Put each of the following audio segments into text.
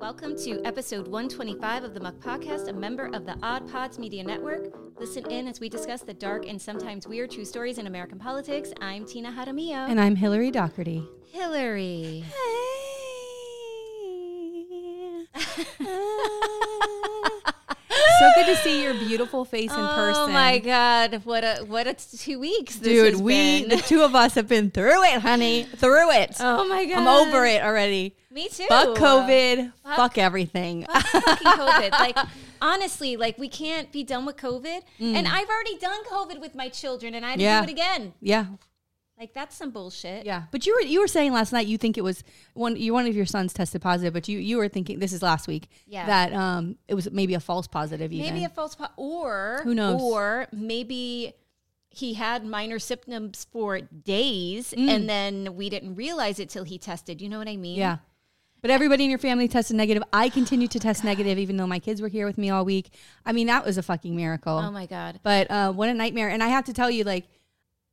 Welcome to episode 125 of the Muck Podcast, a member of the Odd Pods Media Network. Listen in as we discuss the dark and sometimes weird true stories in American politics. I'm Tina Jaramillo. And I'm Hillary Doherty. Hillary. so good to see your beautiful face in person. Oh my God! What a what a t- two weeks, this Dude, has we been. the two of us have been through it, honey. Through it. oh my God! I'm over it already. Me too. Fuck COVID. Fuck- Fuck, everything. fucking COVID. Like honestly, like we can't be done with COVID. And I've already done COVID with my children, and I didn't Mm. Yeah. do it again. yeah. Like that's some bullshit. Yeah. But you were you were saying last night you think it was one you one of your sons tested positive, but you you were thinking this is last week. Yeah. That um it was maybe a false positive even. Maybe a false po- or Who knows? Or maybe he had minor symptoms for days, Mm. and then we didn't realize it till he tested. You know what I mean? Yeah. But everybody in your family tested negative. I continued to test negative, even though my kids were here with me all week. I mean, that was a fucking miracle. Oh my god. but uh, what a nightmare. And I have to tell you, like,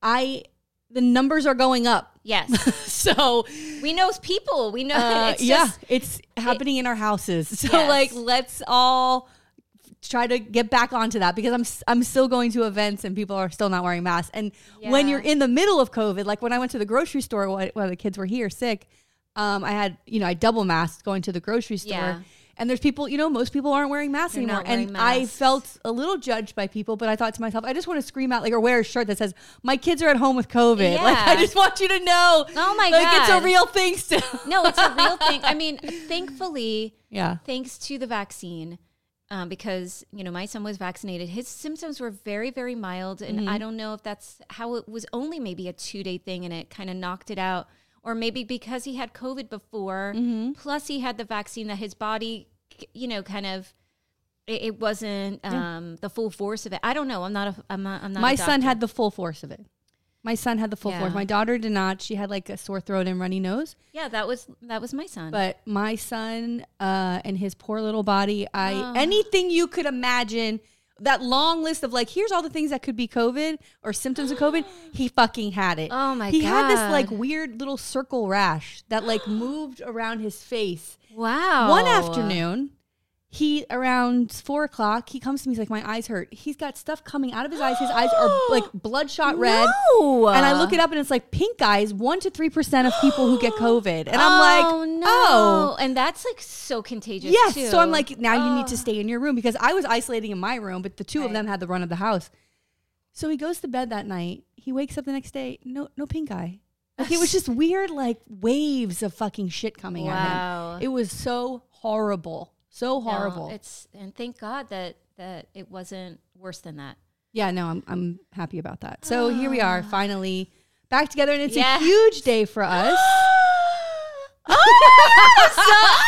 I, the numbers are going up. Yes, So, we know people. We know. uh, it's yeah, just, it's happening in our houses. So, Yes. like, let's all try to get back onto that because I'm s- I'm still going to events and people are still not wearing masks. And when Yeah. you're in the middle of COVID, like when I went to the grocery store while, while the kids were here sick, um, I had you know I double masked going to the grocery store. Yeah. And there's people, you know, most people aren't wearing masks They're anymore. not wearing And I masks. felt a little judged by people, but I thought to myself, I just want to scream out like or wear a shirt that says, My kids are at home with COVID. Like Yeah. I just want you to know. Oh my like, it's God. a real thing still. no, it's a real thing. I mean, thankfully, Yeah. thanks to the vaccine um, because you know my son was vaccinated his symptoms were very very mild and Mm-hmm. i don't know if that's how it was only maybe a two day thing and it kind of knocked it out or maybe because he had covid before Mm-hmm. plus he had the vaccine that his body you know kind of it, it wasn't um, the full force of it i don't know i'm not a i'm not, I'm not a my son doctor. had the full force of it. My son had the full Yeah. force. My daughter did not. She had like a sore throat and runny nose. yeah that was that was my son But my son uh, and his poor little body, I Ah. anything you could imagine. That long list of like, here's all the things that could be COVID or symptoms of COVID. He fucking had it. Oh my He had this like God. weird little circle rash that like moved around his face. wow One afternoon, he around four o'clock, he comes to me. He's like, "My eyes hurt." He's got stuff coming out of his eyes. His eyes are like bloodshot red. No. And I look it up, and it's like pink eyes. One to three percent of people who get COVID, and I'm oh like, no, "Oh, and that's like so contagious. yes." too. So I'm like, "Now you need to stay in your room because I was isolating in my room, but the two Right. of them had the run of the house." So he goes to bed that night. He wakes up the next day. No, no pink eye. Like it was just weird, like waves of fucking shit coming Wow. at him. It was so horrible, so No, horrible. it's and thank God that that it wasn't worse than that. Yeah, no, I'm I'm happy about that. So here we are, finally back together, and it's Ah. Yes. a huge day for us. So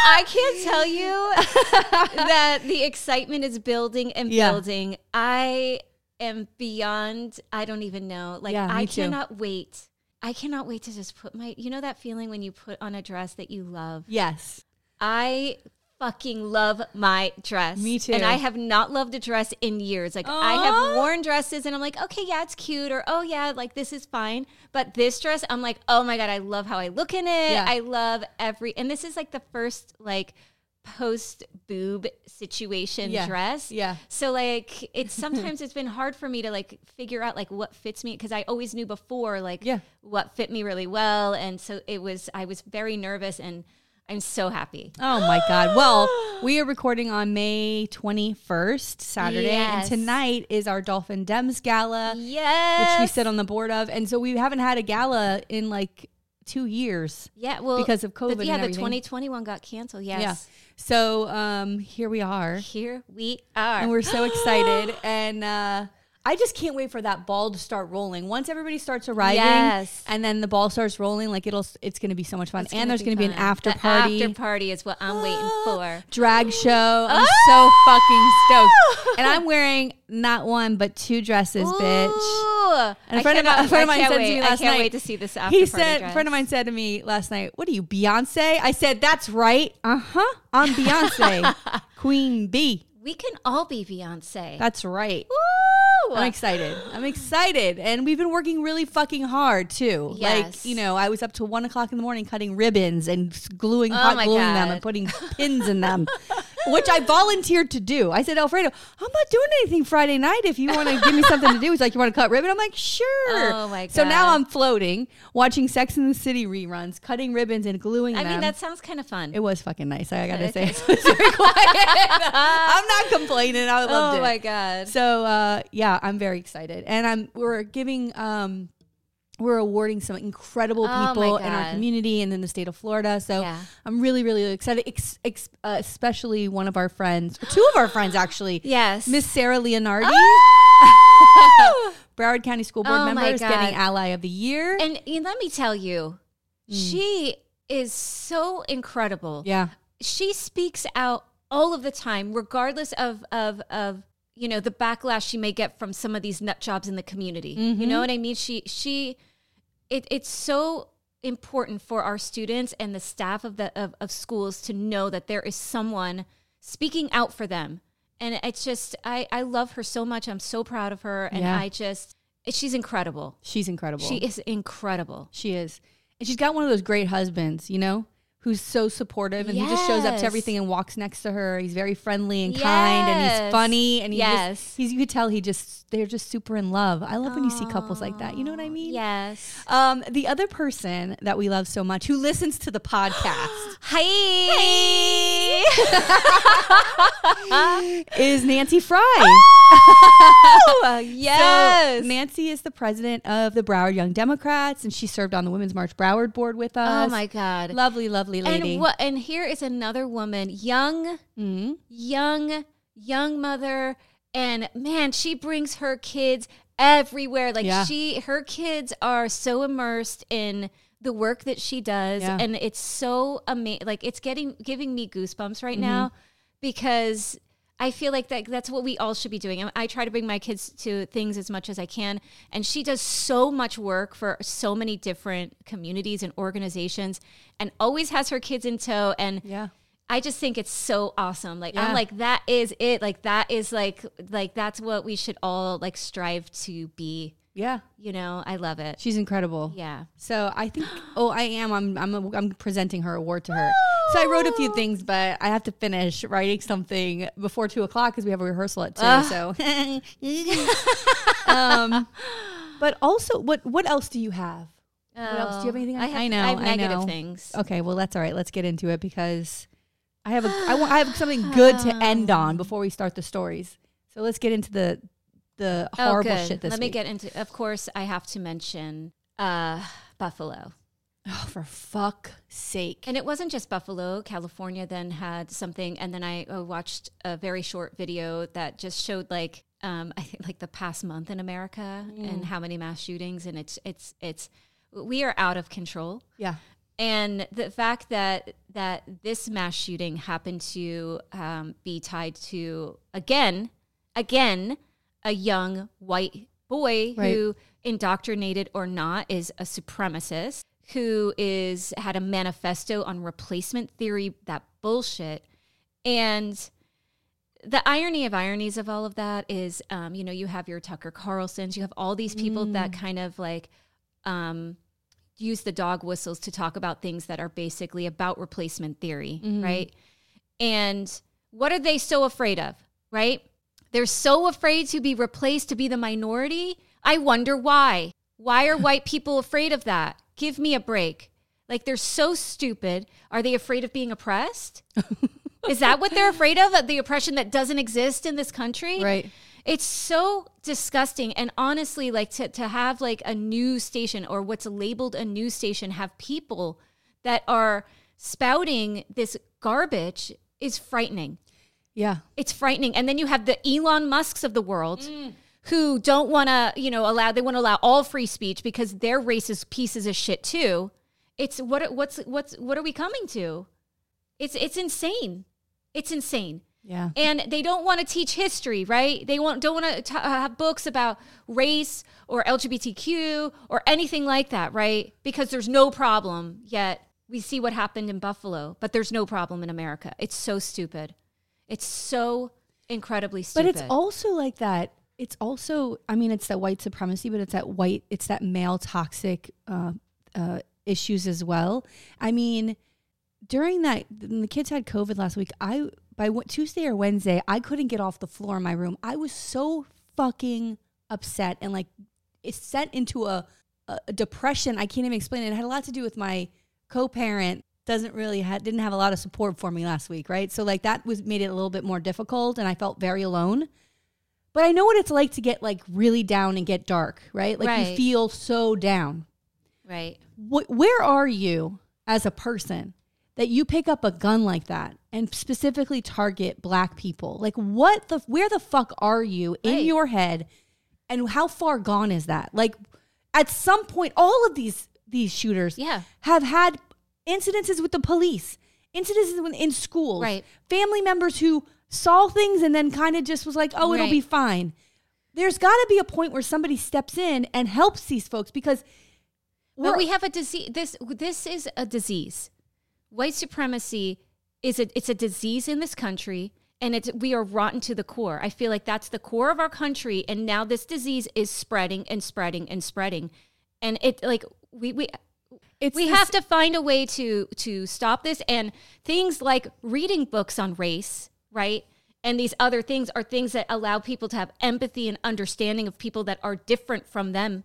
I can't tell you that the excitement is building and Yeah. building. I am beyond. I don't even know. Like Yeah, I me too. cannot wait. I cannot wait to just put my. You know that feeling when you put on a dress that you love. yes, I fucking love my dress. Me too. And I have not loved a dress in years. Like I have Aw. worn dresses and I'm like, okay, yeah, it's cute or oh yeah, like this is fine. But this dress, I'm like, oh my God, I love how I look in it. Yeah. I love every and this is like the first like post boob situation Yeah. dress. Yeah. So like it's sometimes it's been hard for me to like figure out like what fits me because I always knew before like Yeah. what fit me really well and so it was I was very nervous and I'm so happy. Oh my God. Well, we are recording on May 21st, Saturday, Yes. and tonight is our Dolphin Dems Gala, Yes. which we sit on the board of. And so we haven't had a gala in like two years. yeah, well, because of the- COVID yeah, and the everything. 2021 got canceled. Yes. Yeah. So um, here we are. Here we are. and we're so excited and uh I just can't wait for that ball to start rolling. Once everybody starts arriving, Yes. and then the ball starts rolling, like it'll it's going to be so much fun. It's and there's going to be an fun. after The party, After party is what I'm waiting for. Ah. Ah. drag show. I'm so fucking stoked. And I'm wearing not one but two dresses, bitch. Ooh. And I a friend of, cannot- a friend of I mine can't said wait. to me I last can't night. wait to see this after he party said, dress. a friend of mine said to me last night, "What are you, Beyonce?" I said, "That's right. Uh huh. I'm Beyonce, Queen B. we can all be Beyonce. That's right." Woo! I'm excited. I'm excited. And we've been working really fucking hard too. Yes. Like, you know, I was up to one o'clock in the morning cutting ribbons and s- gluing, Oh hot my gluing them God. and putting pins in them, which I volunteered to do. I said, Alfredo, I'm not doing anything Friday night if you want to give me something to do. He's like, You want to cut ribbon? I'm like, Sure. Oh my So now God. I'm floating, watching Sex in the City reruns, cutting ribbons and gluing I them. mean, that sounds kind of fun. It was fucking nice. I gotta Okay. Uh, say, it was very quiet. I'm not complaining. I loved oh it. my god. So uh, yeah, I'm very excited, and I'm we're giving um, we're awarding some incredible Oh my people in our God. community and in the state of Florida. So Yeah. I'm really really excited, ex- ex- uh, especially one of our friends, two of our friends actually, yes. Miss Sarah Leonardi. Broward County School Board Ah! Oh my member is getting God. Ally of the Year. and, and let me tell you, Mm. she is so incredible. yeah, she speaks out all of the time, regardless of of of you know the backlash she may get from some of these nut jobs in the community. You know what I mean? She she, it, it's so important for our students and the staff of the of, of schools to know that there is someone speaking out for them. And it's just I I love her so much. I'm so proud of her, and Yeah. I just she's incredible. she's incredible. She is incredible. She is. And she's got one of those great husbands, you know, who's so supportive and he just shows up Yes. to everything and walks next to her. He's very friendly and kind and he's Yes. funny and he Yes. just, he's you could tell he just they're just super in love. I love when you see couples like that. You know what I mean? Yes. Um, the other person that we love so much who listens to the podcast Hi. is Nancy Fry. Oh, yes. So Nancy is the president of the Broward Young Democrats and she served on the Women's March Broward board with us. Oh my god. Lovely, lovely lady. and what and here is another woman, young, Mhm. young, young mother and man, she brings her kids everywhere. Like Yeah. she her kids are so immersed in the work that she does Yeah. and it's so amazing like it's getting giving me goosebumps right Mm-hmm. now because I feel like that that's what we all should be doing. I, I try to bring my kids to things as much as I can, and she does so much work for so many different communities and organizations, and always has her kids in tow. And Yeah. I just think it's so awesome. Like Yeah. I'm like that is it. Like that is like like that's what we should all like strive to be. Yeah. You know, I love it. She's incredible. yeah. So I think, oh, I am. I'm, I'm, I'm presenting her award to her. So I wrote a few things, but I have to finish writing something before two o'clock because we have a rehearsal at two. So, um, but also, what, what else do you have? What else? Do you have Oh, anything I on- have, I know, I have I negative know. Oh, things. Okay, well that's all right. Let's get into it because I have a, I want, I have something good to end on before we start the stories. So let's get into the, the horrible good. shit this Let me week. get into. Of course, I have to mention uh, Buffalo, oh, for fuck sake. and it wasn't just Buffalo. California then had something, and then I uh, watched a very short video that just showed like um, I think like the past month in America Mm. and how many mass shootings, and it's it's it's we are out of control Yeah. and the fact that that this mass shooting happened to um, be tied to again again a young white boy who indoctrinated or not is a supremacist who is had a manifesto on replacement theory that bullshit and the irony of ironies of all of that is, um, you know, you have your Tucker Carlsons, you have all these people that kind of like um, use the dog whistles to talk about things that are basically about replacement theory, right? And what are they so afraid of, right? They're so afraid to be replaced, to be the minority. I wonder why. Why are white people afraid of that? Give me a break. Like they're so stupid. Are they afraid of being oppressed? Is that what they're afraid of? of The oppression that doesn't exist in this country? Right. It's so disgusting. And honestly, like to, to have like a news station or what's labeled a news station have people that are spouting this garbage is frightening. Yeah. It's frightening. And then you have the Elon Musks of the world who don't want to, you know, allow they want to allow all free speech because they're racist pieces of shit too. It's what what's what's what are we coming to? It's it's insane. It's insane. Yeah. And they don't want to teach history, right? They won't, don't want to have books about race or LGBTQ or anything like that, right? Because there's no problem yet. We see what happened in Buffalo, but there's no problem in America. It's so stupid. It's so incredibly stupid. But it's also like that It's also, I mean, it's that white supremacy, but it's that white, it's that male toxic uh, uh, issues as well. I mean, during that, when the kids had COVID last week, I by what, Tuesday or Wednesday, I couldn't get off the floor in my room. I was so fucking upset and like it's sent into a, a a depression. I can't even explain it. It had a lot to do with my co-parent doesn't really ha- didn't have a lot of support for me last week, right? So like that was made it a little bit more difficult, and I felt very alone. But I know what it's like to get like really down and get dark, right? Like you Right. feel so down. Right. Wh- where are you as a person that you pick up a gun like that and specifically target black people? Like what the where the fuck are you in Right. your head and how far gone is that? Like at some point all of these these shooters Yeah. have had incidences with the police, incidences with- in schools, Right. family members who saw things and then kind of just was like, oh, it'll Right. be fine. There's got to be a point where somebody steps in and helps these folks because Well, we're- we have a disease. This this is a disease. White supremacy is a it's a disease in this country, and it's we are rotten to the core. I feel like that's the core of our country, and now this disease is spreading and spreading and spreading, and it like we we. it's We this- have to find a way to to stop this and things like reading books on race, right? And these other things are things that allow people to have empathy and understanding of people that are different from them.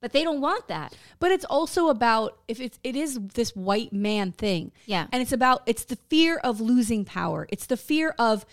But they don't want that. But it's also about if it's it is this white man thing. Yeah. And it's about it's the fear of losing power. It's the fear of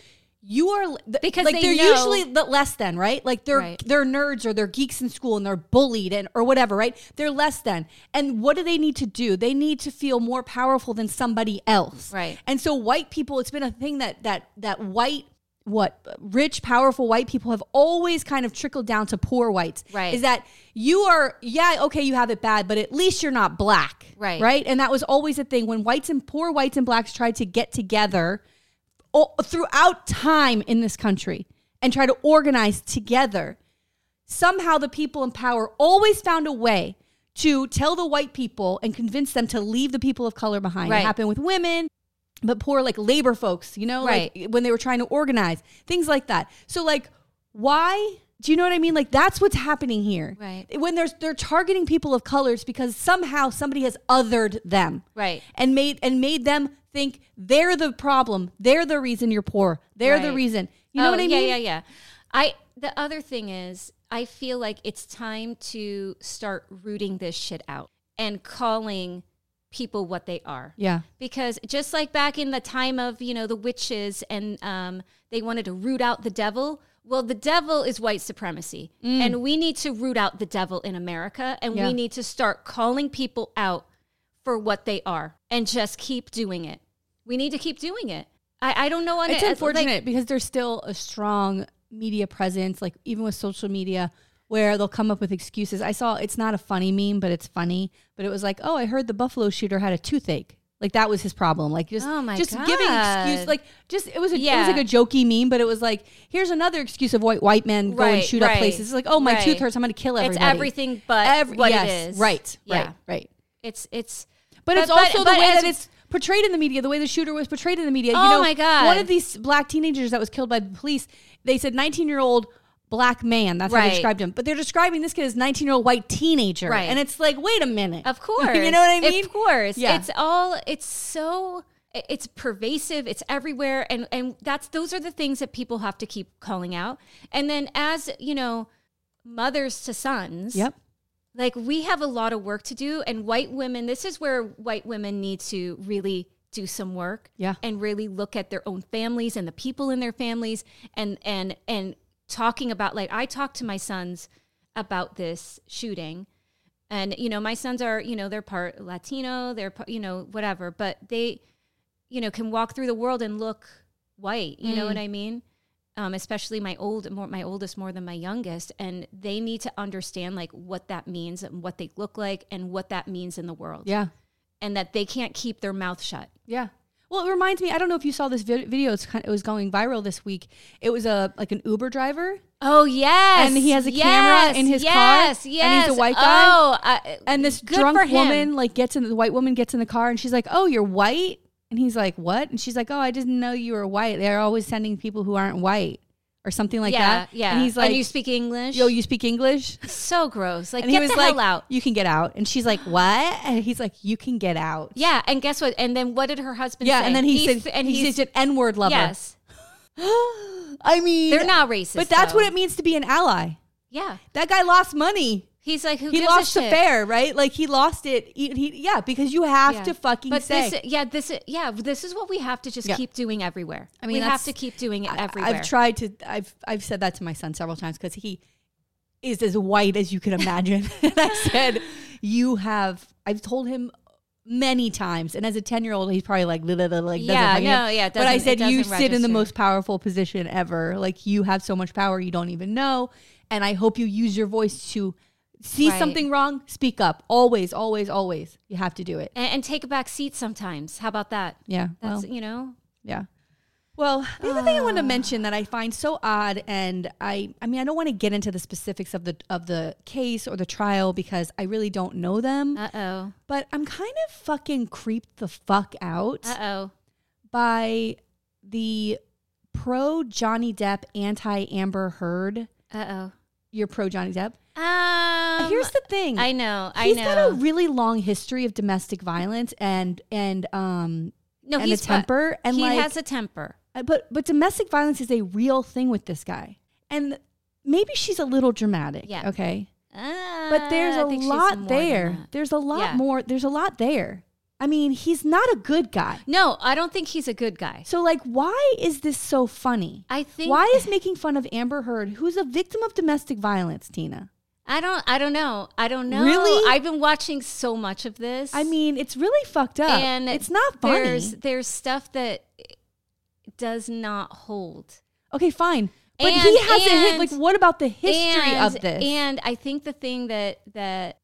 you are the, Because like they are know- usually the less than, right? Like they're Right. they're nerds or they're geeks in school and they're bullied and or whatever, right? They're less than. And what do they need to do? They need to feel more powerful than somebody else. Right. And so white people, it's been a thing that that that white what rich powerful white people have always kind of trickled down to poor whites Right. is that you are yeah okay you have it bad but at least you're not black Right. right and that was always a thing when whites and poor whites and blacks tried to get together o- throughout time in this country and try to organize together somehow the people in power always found a way to tell the white people and convince them to leave the people of color behind. It Right. happened with women, but poor like labor folks, you know, like Right. when they were trying to organize, things like that. So like why do you know what I mean? Like that's what's happening here. Right. When there's they're targeting people of color, it's because somehow somebody has othered them Right. and made and made them think they're the problem. They're the reason you're poor. They're the Right. reason. You know Oh, what I yeah, mean? Yeah, yeah, I the other thing is I feel like it's time to start rooting this shit out and calling people what they are. Yeah. Because just like back in the time of, you know, the witches and um, they wanted to root out the devil. Well, the devil is white supremacy. And we need to root out the devil in America. And Mm. Yeah. we need to start calling people out for what they are and just keep doing it. We need to keep doing it. I, I don't know. what it's it- like- unfortunate because there's still a strong media presence, like even with social media, where they'll come up with excuses. I saw it's not a funny meme, but it's funny. But it was like, oh, I heard the Buffalo shooter had a toothache. Like that was his problem. Like just, Oh my just giving excuse. God. Like just it was a Yeah. it was like a jokey meme, but it was like here's another excuse of white white men go and Right, shoot up right, places. It's like oh my right. tooth hurts, I'm gonna kill everybody. It's everything but Every- what yes, it is. Right. Yeah. Right. Right. It's it's. But, it's also the but way as- that it's portrayed in the media, the way the shooter was portrayed in the media. you Oh know, my God. One of these black teenagers that was killed by the police, they said 19 year old black man. That's how they Right. described him. But they're describing this kid as 19 year old white teenager. Right. And it's like, wait a minute. Of course. you know what I mean? Of course. Yeah. It's all it's so it's pervasive, it's everywhere and and that's those are the things that people have to keep calling out. And then as, you know, mothers to sons, Yep. like we have a lot of work to do and white women, this is where white women need to really do some work Yeah. and really look at their own families and the people in their families and and and talking about like I talk to my sons about this shooting and you know my sons are you know they're part latino they're part, you know whatever but they you know can walk through the world and look white you know what Mm. i mean um, especially my old more, my oldest more than my youngest and they need to understand like what that means and what they look like and what that means in the world Yeah. and that they can't keep their mouth shut Yeah. Well, it reminds me. I don't know if you saw this vi- video. It's kind it was going viral this week. It was a like an Uber driver, oh yes And he has a camera in his car, yes, and he's a yes white guy. oh I- and this Good for drunk him. woman like gets in the white woman gets in the car, and she's like, "Oh, you're white," and he's like, "What?" And she's like, "Oh, I didn't know you were white. They're always sending people who aren't white." or something like yeah, that. yeah. And he's like, "You speak English? Yo, you speak English? so gross! Like, And get he was the like, hell out!" You can get out. And she's like, What? And he's like, You can get out. Yeah, and guess what? And then what did her husband Yeah. say? And then he He's- said, and he's an N word lover. yes, I mean, they're not racist, But that's though. what it means to be an ally. yeah. That guy lost money. He's like, who He gives lost a the shit? fair, right? Like he lost it. He, he- yeah, because you have Yeah. to fucking but say. This, yeah, this, yeah, this is what we have to just Yeah. keep doing everywhere. I mean, mean, we have that's- to keep doing it I- everywhere. I've tried to. I've I've said that to my son several times because he is as white as you can imagine. and I said, "You have." I've told him many times, and as a ten year old, he's probably like, "Blah, blah, blah," like doesn't Yeah, fucking no, know. yeah, it But I doesn't- it said, "You sit doesn't in the register." most powerful position ever. Like you have so much power you don't even know." And I hope you use your voice to see Right. something wrong, speak up. Always, always, always. You have to do it. and, and take a back seat sometimes. How about that? Yeah. well. That's you know, Yeah. Well, the other thing I want to mention that I find so odd, and I, I mean, I don't want to get into the specifics of the of the case or the trial because I really don't know them, uh oh, but I'm kind of fucking creeped the fuck out uh oh, by the pro Johnny Depp, anti Amber Heard. uh You're pro Johnny Depp. oh. Um, Here's the thing. I know, I He's know. got a really long history of domestic violence and and um no, and a he's fu- temper and he like has a temper. Uh, but but domestic violence is a real thing with this guy and maybe she's a little dramatic Yeah. okay Ah, but there's I a think she's lot more than there that. there's a lot Yeah. more there's a lot there i mean he's not a good guy No, I don't think he's a good guy. so like why is this so funny I think why is making fun of amber heard who's a victim of domestic violence tina I don't. I don't know. I don't know. Really? I've been watching so much of this. i mean it's really fucked up and it's not funny There's there's stuff that does not hold. okay fine but he And- has a hit and- like what about the history and, of this And I think the thing that that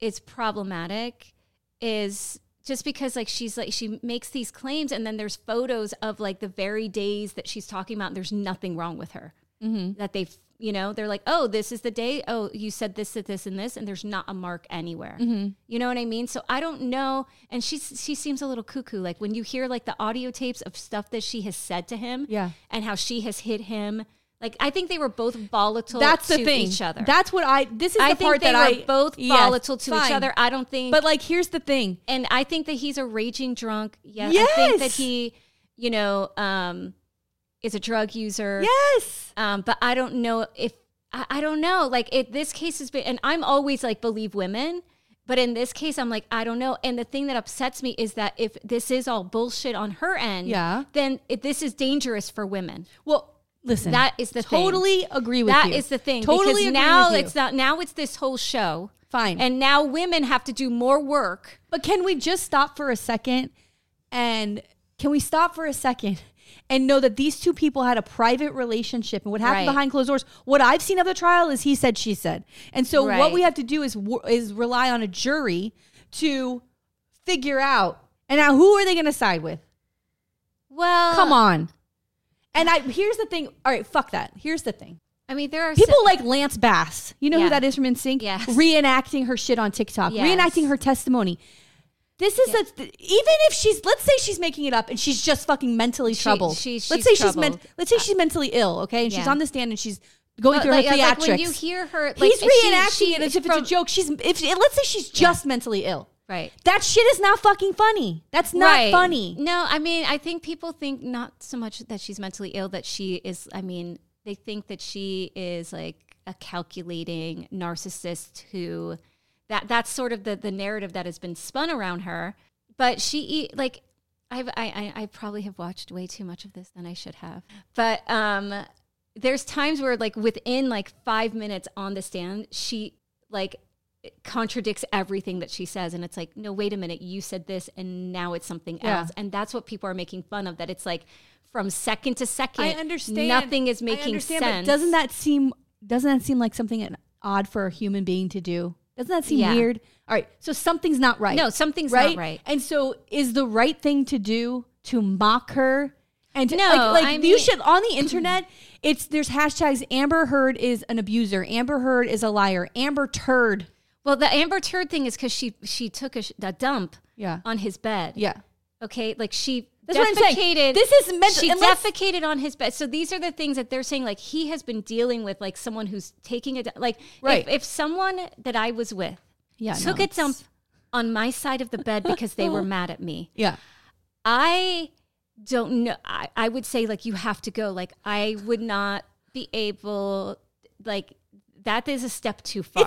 is problematic is just because like she's like she makes these claims and then there's photos of like the very days that she's talking about and there's nothing wrong with her mm-hmm. that they you know they're like oh this is the day oh you said this that this and this and there's not a mark anywhere Mm-hmm. you know what i mean so i don't know and she's she seems a little cuckoo like when you hear like the audio tapes of stuff that she has said to him yeah and how she has hit him like i think they were both volatile That's the to thing. each other That's what I. This is i the think part they that were I both Yes, volatile to each fine. other i don't think But like, here's the thing. and I think that he's a raging drunk. Yes, I think that Yes. he, you know, um, is a drug user. Yes. Um, but I don't know if I, I don't know. Like it, this case has been, and I'm always like believe women, but in this case, I'm like I don't know. And the thing that upsets me is that if this is all bullshit on her end, Yeah. then it, this is dangerous for women. Well, listen. That is the thing. totally agree with That is the you. thing. Totally because agree now with you. it's not. Now it's this whole show, fine. and now women have to do more work. But can we just stop for a second and can we stop for a second and know that these two people had a private relationship and what happened Right. behind closed doors? What I've seen of the trial is he said, she said. And so what Right. we have to do is wo- is rely on a jury to figure out. And now who are they going to side with? Well, Come on. And I here's the thing. All right, fuck that. Here's the thing. I mean, there are People like Lance Bass, you know who Yeah. that is from NSYNC, Yes. reenacting her shit on TikTok, Yes. reenacting her testimony. This is a th- even if she's let's say she's making it up and she's just fucking mentally She- troubled. she- she's let's say she's troubled. Uh, men- let's say she's mentally ill, okay, and she's Yeah. on the stand and she's going But through like, her like theatrics. when you hear her, like, He's if she- reenacting she- it as if from- it's a joke. She's if let's say she's just mentally ill. Right. That shit is not fucking funny. That's not Right. funny. No, I mean, I think people think not so much that she's mentally ill, that she is, I mean, they think that she is like a calculating narcissist who that that's sort of the, the narrative that has been spun around her. But she, e- like, I've, I, I, I probably have watched way too much of this than I should have. But um, there's times where, like, within like five minutes on the stand, she, like, contradicts everything that she says and it's like no wait a minute you said this and now it's something Yeah. else and that's what people are making fun of that it's like from second to second I understand. nothing is I making understand, but sense doesn't that seem doesn't that seem like something an- odd for a human being to do? Doesn't that seem Yeah. weird? All right, so something's not right. no something's right? not right And so, is the right thing to do to mock her? And to, No, like, like I you mean- should on the internet. It's there's hashtags. Amber Heard is an abuser. Amber Heard is a liar. Amber Turd. well the amber turd thing is because she she took a, sh- a dump Yeah, on his bed yeah. okay like she That's what I'm saying. Defecated. This is mental. She unless- defecated on his bed. So these are the things that they're saying. Like he has been dealing with, like someone who's taking a d- like. Right. If, if someone that I was with yeah, took no, a dump it's- on my side of the bed because they were mad at me, Yeah, I don't know. I, I would say like you have to go. Like I would not be able. Like that is a step too far.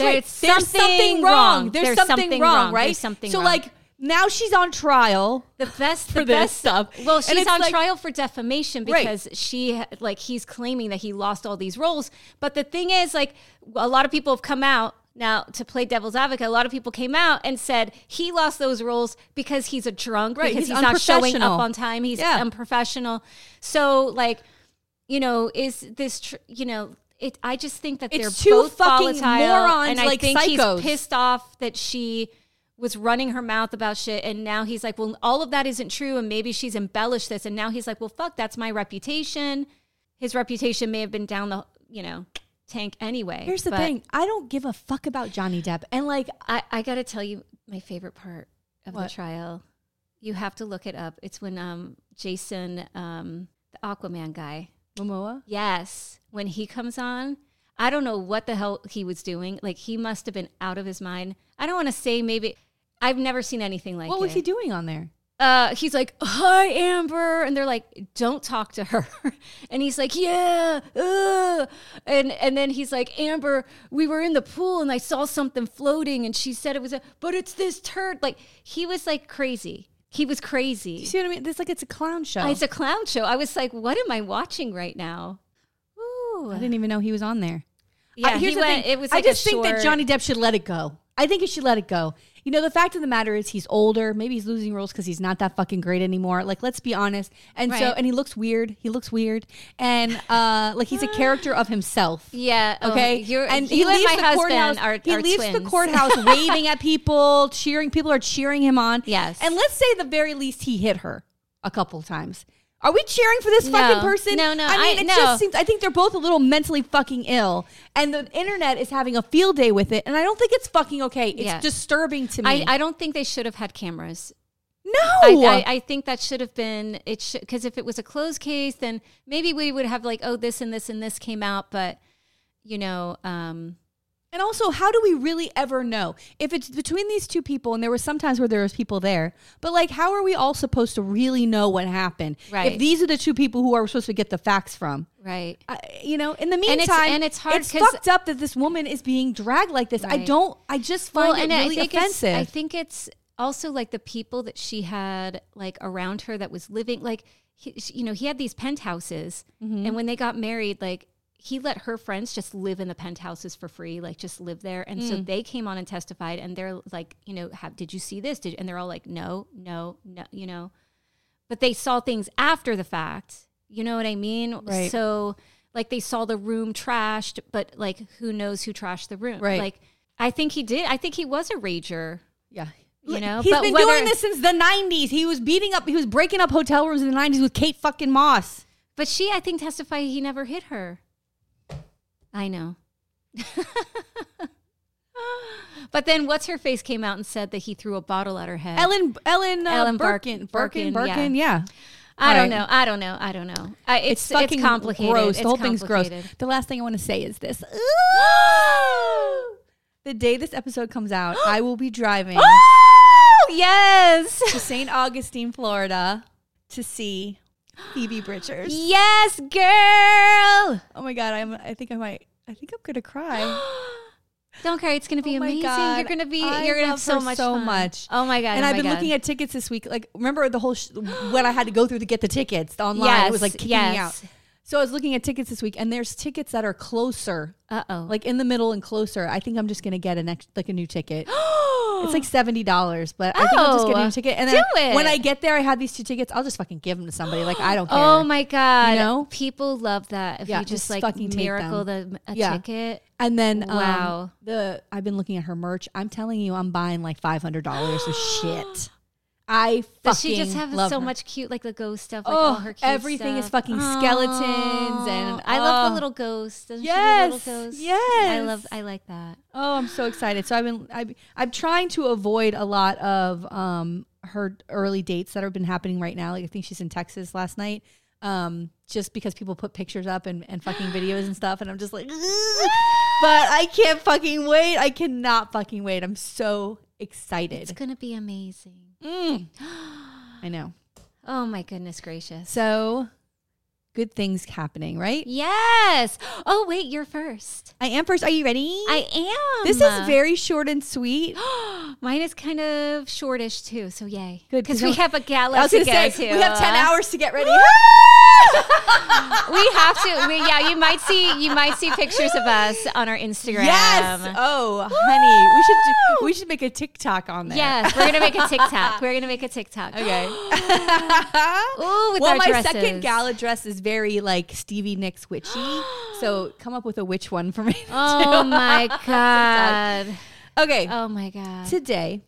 There's right. There's something wrong. There's, something, wrong, right? There's something so wrong. like now she's on trial. the best for the this best, stuff. Well, And she's it's on like- trial for defamation Right. because she like he's claiming that he lost all these roles. But the thing is, like a lot of people have come out now to play devil's advocate. A lot of people came out and said he lost those roles because he's a drunk, Right, because he's he's, not showing unprofessional. up on time. He's Yeah. unprofessional. So like, you know, is this tr- you know? It, I just think that It's they're two both fucking volatile, morons and I like think psychos. he's pissed pissed off that she was running her mouth about shit and now he's like well all of that isn't true and maybe she's embellished this and now he's like well fuck that's my reputation his reputation may have been down the you know tank anyway Here's the but thing: I don't give a fuck about Johnny Depp, and like I, I gotta tell you my favorite part of What? the trial you have to look it up it's when um jason um the aquaman guy Momoa. Yes, when he comes on, I don't know what the hell he was doing. Like he must have been out of his mind. I don't want to say maybe I've never seen anything like What was it. he doing on there? Uh, he's like, "Hi, Amber," and they're like, "Don't talk to her." and he's like, "Yeah," uh." and and then he's like, "Amber, we were in the pool and I saw something floating, and she said it was a, but it's this turd." Like he was like crazy. He was crazy. You see what I mean? It's like it's a clown show. It's a clown show. I was like, "What am I watching right now?" Ooh. I didn't even know he was on there. Yeah, I, here's he the went. thing. It was. I Like just a think that short- Johnny Depp should let it go. I think he should let it go. You know, the fact of the matter is he's older. Maybe he's losing roles because he's not that fucking great anymore. Like, let's be honest. And so, Right. and he looks weird. He looks weird, and uh, like he's a character of himself. Yeah. oh, Okay, you're, and and you and my husband courthouse. are, he are leaves the twins. courthouse waving at people, cheering. People are cheering him on. Yes. and let's say the very least he hit her a couple times. Are we cheering for this No. fucking person? No, no, I mean, I- it no. just seems. I think they're both a little mentally fucking ill, and the internet is having a field day with it. And I don't think it's fucking okay. It's Yeah. disturbing to I, me. I don't think they should have had cameras. no, I, I, I think that should have been it because if it was a closed case, then maybe we would have like, oh, this and this and this came out, but you know, um, And also, how do we really ever know if it's between these two people? And there were some times where there was people there, but like, how are we all supposed to really know what happened? If Right. these are the two people who are supposed to get the facts from, right? I, you know. In the it's- meantime, and it's hard It's 'cause- fucked up that this woman is being dragged like this. I Right. don't. I just find it really it's- offensive. I think it's also like the people that she had like around her that was living like he, she- you know he had these penthouses, Mm-hmm. and when they got married, like he let her friends just live in the penthouses for free, like just live there, and Mm. so they came on and testified, and they're like, you know, have, did you see this? Did and they're all like, no, no, no, you know, but they saw things after the fact. You know what I mean? Right. So like they saw the room trashed, but like who knows who trashed the room? Right. Like I think he did. I think he was a rager. yeah. You know, he's but been whether- doing this since the '90s. He was beating up. He was breaking up hotel rooms in the '90s with Kate fucking Moss. But she, I think, testified he never hit her. I know. but then what's her face came out and said that he threw a bottle at her head. Ellen, Ellen, uh, Ellen Bark- Birkin, Birkin, Birkin, Birkin, yeah. I don't Right. know. I don't know. I don't know. I, it's it's, fucking complicated. Gross. It's the whole thing's gross. complicated. The last thing I want to say is this. the day this episode comes out, I will be driving Oh yes, to St. Augustine, Florida to see Phoebe Bridgers. yes, girl. Oh my god, I'm I think I might I think I'm gonna cry. Don't care. It's gonna be Oh my amazing. God. You're gonna be. I you're gonna love have so her much. so fun. much. Oh my god. and oh I've my been God. looking at tickets this week. Like, remember the whole sh- what I had to go through to get the tickets online? it Yes, was like kicking me out. yes. So I was looking at tickets this week, and there's tickets that are closer Uh oh. like in the middle and closer. I think I'm just gonna get a next like a new ticket. it's like seventy dollars, but I think I'll just get a new Oh, ticket. And do then when it. I get there, I have these two tickets. I'll just fucking give them to somebody. Like I don't care. Oh my god! You know? people love that. If Yeah, you just, just like fucking take miracle the a Yeah. ticket. And then um, Wow. the I've been looking at her merch. I'm telling you, I'm buying like five hundred dollars of shit. I fucking Does she just have love so her. much cute, like the ghost stuff? Like all Oh, her cute everything is stuff? fucking skeletons Oh, and I love oh. the little ghost. Doesn't Yes, she do the little ghost? I yes. love. I like that. Oh, I'm so excited. So I've been I've, I'm trying to avoid a lot of um her early dates that have been happening right now. Like I think she's in Texas last night. Um, just because people put pictures up and, and fucking videos and stuff, and I'm just like, "Ugh." but I can't fucking wait. I cannot fucking wait. I'm so It's excited. going to be amazing. Mm. I know. Oh my goodness gracious. So good things happening, right? Yes. Oh, wait, you're first. I am first. Are you ready? I am. This is very short and sweet. Mine is kind of shortish too, so yay. Good, Because 'cause we we- have a gala I was to gonna go say to. we have ten hours to get ready. We have to. We, yeah, you might see you might see pictures of us on our Instagram. Yes. Oh, honey, we should do, we should make a TikTok on there. Yes, we're gonna make a TikTok. We're gonna make a TikTok. Okay. Ooh, with well, our my dresses. second gala dress is very like Stevie Nicks witchy. so come up with a witch one for me. to Oh do. my god. Okay. Oh my god. Today,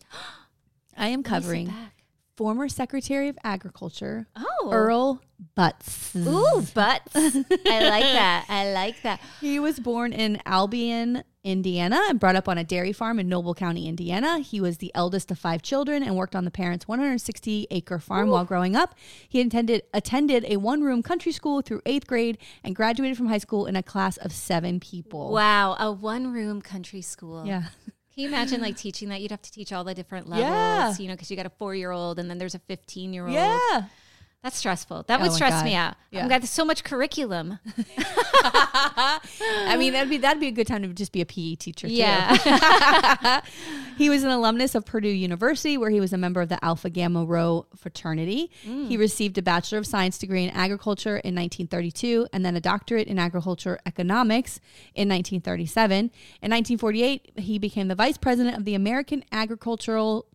I am covering back. former Secretary of Agriculture Oh. Earl Butts. Ooh, butts. I like that. I like that. He was born in Albion, Indiana, and brought up on a dairy farm in Noble County, Indiana. He was the eldest of five children and worked on the parents' 160 acre farm while growing up. He intended, attended a one room country school through eighth grade and graduated from high school in a class of seven people. Wow, a one room country school. Yeah. Can you imagine like teaching that? You'd have to teach all the different levels, Yeah. you know, because you got a four year old and then there's a 15 year old. Yeah. That's stressful. That would Oh my stress God. me out. Yeah. I've got so much curriculum. I mean, that'd be that'd be a good time to just be a PE teacher. too. Yeah. He was an alumnus of Purdue University, where he was a member of the Alpha Gamma Rho fraternity. He received a Bachelor of Science degree in agriculture in 1932 and then a doctorate in agriculture economics in 1937. In 1948, he became the vice president of the American Agricultural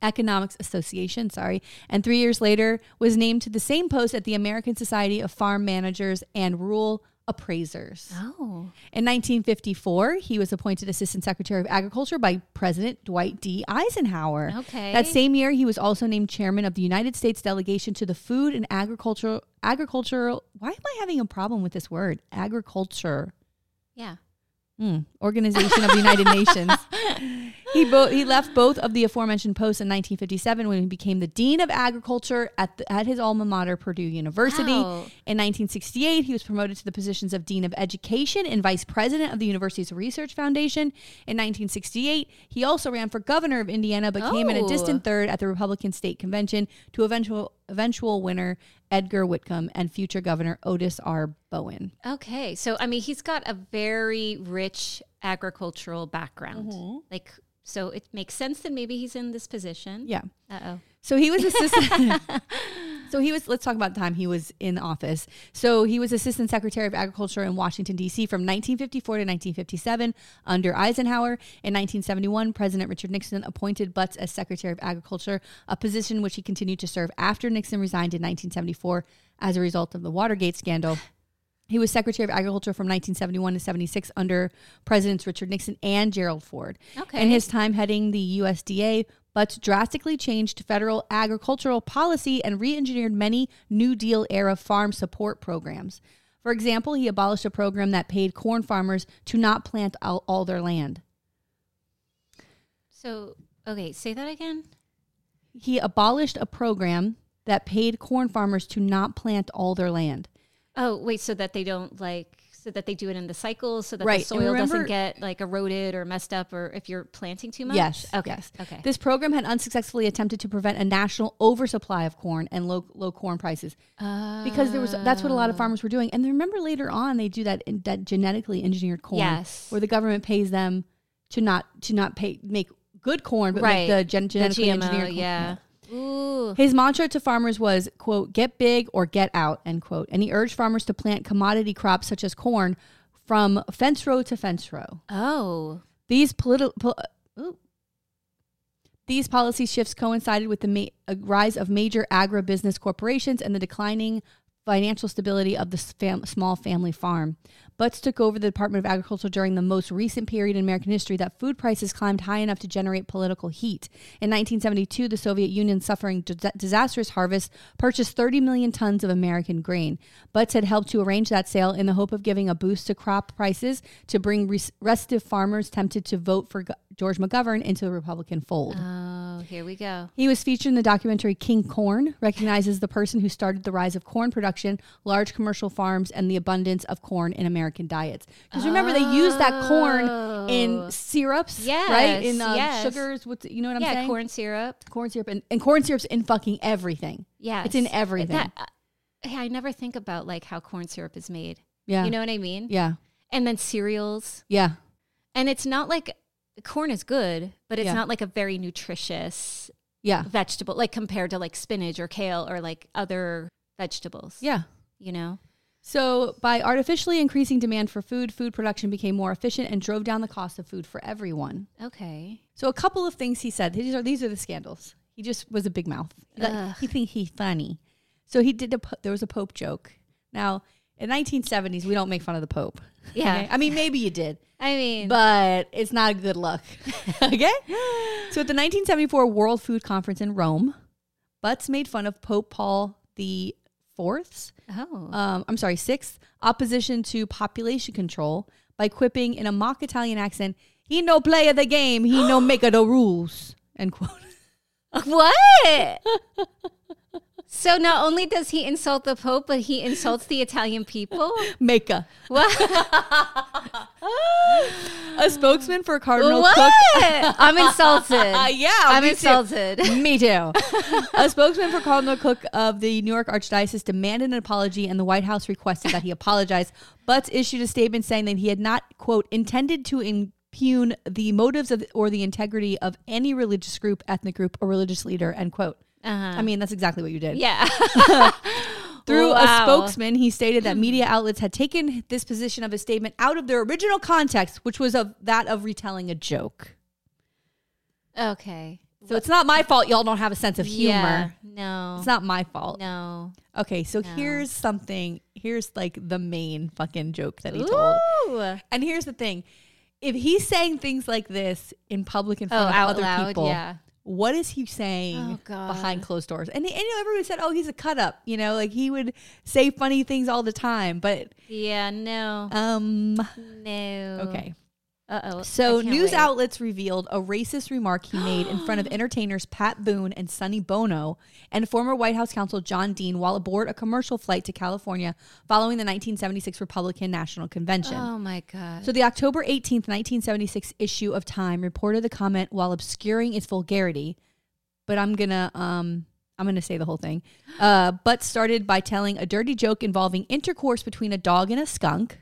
Economics Association, sorry, and three years later was named to the same post at the American Society of Farm Managers and Rural Appraisers. oh. In 1954, he was appointed Assistant Secretary of Agriculture by President Dwight D. Eisenhower. Okay. That same year, he was also named chairman of the United States delegation to the Food and Agricultural Agricultural. Why am I having a problem with this word? Agriculture. Yeah. Mm, Organization of the United Nations. He bo- he left both of the aforementioned posts in 1957 when he became the dean of agriculture at the, at his alma mater Purdue University. Wow. In 1968, he was promoted to the positions of dean of education and vice president of the university's research foundation. In 1968, he also ran for governor of Indiana, but came in Oh. a distant third at the Republican state convention to eventual eventual winner Edgar Whitcomb and future governor Otis R. Bowen. Okay. So, I mean, he's got a very rich agricultural background. Mm-hmm. Like, so it makes sense that maybe he's in this position. Yeah. Uh oh. So he was assistant. so he was. Let's talk about the time he was in office. So he was assistant secretary of agriculture in Washington D.C. from 1954 to 1957 under Eisenhower. In 1971, President Richard Nixon appointed Butts as secretary of agriculture, a position which he continued to serve after Nixon resigned in 1974 as a result of the Watergate scandal. He was Secretary of Agriculture from 1971 to 76 under Presidents Richard Nixon and Gerald Ford. Okay. In his time heading the USDA, Butts drastically changed federal agricultural policy and re engineered many New Deal era farm support programs. For example, he abolished a program that paid corn farmers to not plant all, all their land. So, okay. Say that again. He abolished a program that paid corn farmers to not plant all their land. Oh, wait. So that they don't like. So that they do it in the cycle, so that Right, the and soil doesn't remember- get like eroded or messed up, or if you're planting too much. Yes. Okay. yes. Okay. This program had unsuccessfully attempted to prevent a national oversupply of corn and low low corn prices because there was that's what a lot Oh. of farmers were doing. And then remember later on they do that in, that genetically engineered corn Yes. where the government pays them to not to not pay make good corn but right. make the gen- genetically GMO, engineered corn. Yeah. Ooh. His mantra to farmers was, quote, get big or get out, end quote. And he urged farmers to plant commodity crops such as corn from fence row to fence row. Oh. These political these policy shifts coincided with the ma- uh, rise of major agribusiness corporations and the declining financial stability of the s- fam- small family farm. Butts took over the Department of Agriculture during the most recent period in American history that food prices climbed high enough to generate political heat. In 1972, the Soviet Union, suffering dis- disastrous harvest, purchased 30 million tons of American grain. Butts had helped to arrange that sale in the hope of giving a boost to crop prices to bring res- restive farmers tempted to vote for Go- George McGovern into the Republican fold. Oh, Here we go. He was featured in the documentary King Corn, recognizes the person who started the rise of corn production, large commercial farms, and the abundance of corn in American diets. Because remember, they used that corn Oh. in syrups, right? In Yes, uh, yes. sugars, what's, you know what I'm yeah, saying? corn syrup. corn syrup, and, and corn syrup's in fucking everything. Yeah, It's in everything. I never think about like how corn syrup is made. yeah, You know what I mean? yeah, And then cereals. yeah. And it's not like corn is good, but it's Yeah. not like a very nutritious Yeah. vegetable, like compared to like spinach or kale or like other vegetables. Yeah. You know? So, by artificially increasing demand for food, food production became more efficient and drove down the cost of food for everyone. Okay. So, a couple of things he said. These are these are the scandals. He just was a big mouth. He got- Ugh. he think he's funny. So he did. A, po- there was a Pope joke. Now, in 1970s, we don't make fun of the Pope. Yeah. Okay? I mean, maybe you did. I mean, but it's not a good look. okay? So at the 1974 World Food Conference in Rome, Butts made fun of Pope Paul the Fourth's, oh, um, I'm sorry, sixth opposition to population control by quipping in a mock Italian accent, "He no player the game, he no maker the rules." End quote. what? so not only does he insult the Pope, but he insults the Italian people. Maker. What? A spokesman for Cardinal what? Cook. I'm insulted. Uh, yeah, I'm me too. insulted. Me too. a spokesman for Cardinal Cook of the New York Archdiocese demanded an apology, and the White House requested that he apologize. Butts issued a statement saying that he had not, quote, intended to impugn the motives of, or the integrity of any religious group, ethnic group, or religious leader, end quote. Uh-huh. I mean, that's exactly what you did. Yeah. Through a Wow. Hmm. spokesman, he stated that media outlets had taken this position of his statement out of their original context, which was of that of retelling a joke. Okay. So it's not my fault y'all don't have a sense of humor. Yeah. No. It's not my fault. no. Okay, so here's something. Here's like the main fucking joke that he told. Ooh. And here's the thing. If he's saying things like this in public in Oh, front of out other loud, people, yeah. what is he saying Oh, God. behind closed doors? And, and you know, everyone said, "Oh, he's a cut up." You know, like he would say funny things all the time. But Yeah. No. um, no. okay. Uh oh. So news outlets revealed a racist remark he made in front of entertainers Pat Boone and Sonny Bono and former White House counsel John Dean while aboard a commercial flight to California following the 1976 Republican National Convention. Oh my god. So the October 18th, 1976 issue of Time reported the comment while obscuring its vulgarity, but I'm going to um I'm going to say the whole thing. Uh, but started by telling a dirty joke involving intercourse between a dog and a skunk.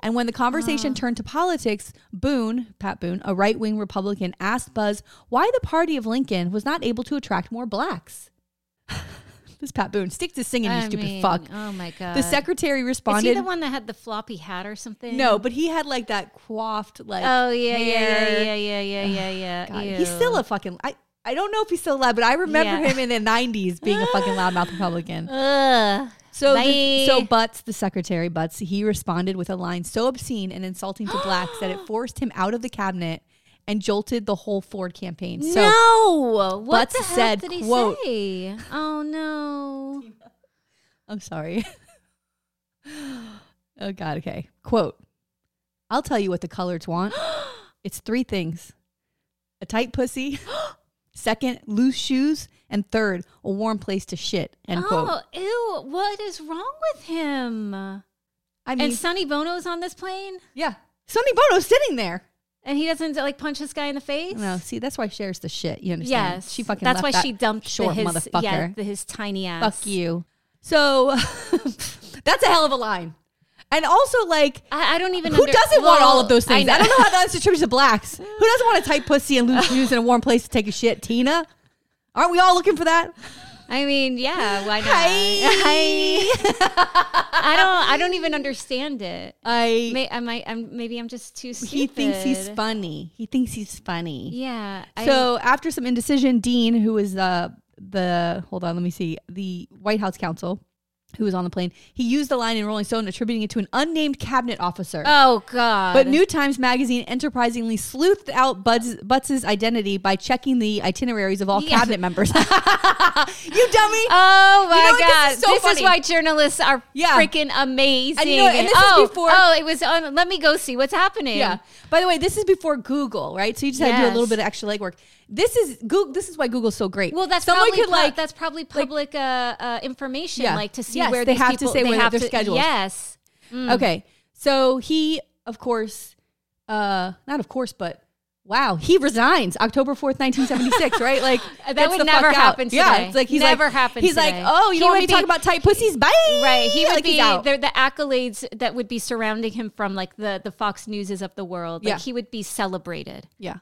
And when the conversation Ah. turned to politics, Boone, Pat Boone, a right wing Republican, asked Buzz why the party of Lincoln was not able to attract more blacks. this Pat Boone, stick to singing, you I stupid mean, fuck. Oh my god. The secretary Is he responded. the one that had the floppy hat or something? No, but he had like that coiffed like. Oh yeah, yeah, hair. yeah, yeah, yeah, yeah, yeah, yeah. God, he's Ew. still a fucking. I I don't know if he's still alive, but I remember Yeah. him in the '90s being a fucking loudmouth Republican. Ugh. So the, Bye. so Butts, the secretary Butts, he responded with a line so obscene and insulting to blacks that it forced him out of the cabinet and jolted the whole Ford campaign. So no. What Butts the hell said, did he quote- say? Oh no. I'm sorry. oh God. Okay. Quote. I'll tell you what the coloreds want. it's three things: a tight pussy. Second, loose shoes, and third, a warm place to shit. End quote. Oh, ew. What is wrong with him? I mean, and Sonny Bono's on this plane yeah, Sonny Bono's sitting there. and he doesn't like punch this guy in the face? No, see, that's why shares the shit. You understand? Yes. she fucking. That's left why that she dumped the- short his motherfucker. Yeah, the- his tiny ass. Fuck you. So that's a hell of a line, and also like I, I don't even Who under- doesn't want all of Well, those things? know. I, don't know how that's attributed to blacks. Who doesn't want a tight pussy and loose shoes and a warm place to take a shit? Tina? Aren't we all looking for that? I mean, yeah, why not? Hi. I don't. I don't even understand it. I May, I might. I'm, maybe I'm just too. Stupid. he thinks he's funny. He thinks he's funny. Yeah. So after some indecision, Dean, who is the the hold on, let me see, the White House counsel, who was on the plane, he used the line in Rolling Stone attributing it to an unnamed cabinet officer. Oh God. But New Times Magazine enterprisingly sleuthed out Bud's, Butts' identity by checking the itineraries of all Yeah. cabinet members. you dummy! Oh my know what? This God! is so funny. why journalists are Yeah. freaking amazing. And you know what? And this is oh, before- Oh, it was. On, let me go see what's happening. yeah. By the way, this is before Google, right? So you just had to do a little Yes. bit of extra legwork. This is Google. This is why Google's so great. Well, that's someone probably could pu- like that's probably public uh, uh, information, Yeah. like to see Yes, where they these have to people- say they where have their to- schedules. Yes. Mm. Okay. So he, of course, uh, not of course, but wow, he resigns October 4th, 1976, right? Like That gets would the fuck never out. happen Yeah. today. It's like he's Never like, happen He's today. like, oh, you He don't want would me to talk be- about tight pussies? Bye. Right, he would Like, he's be out. the, the accolades that would be surrounding him from like the the Fox Newses of the world. Like Yeah. he would be celebrated. Yeah.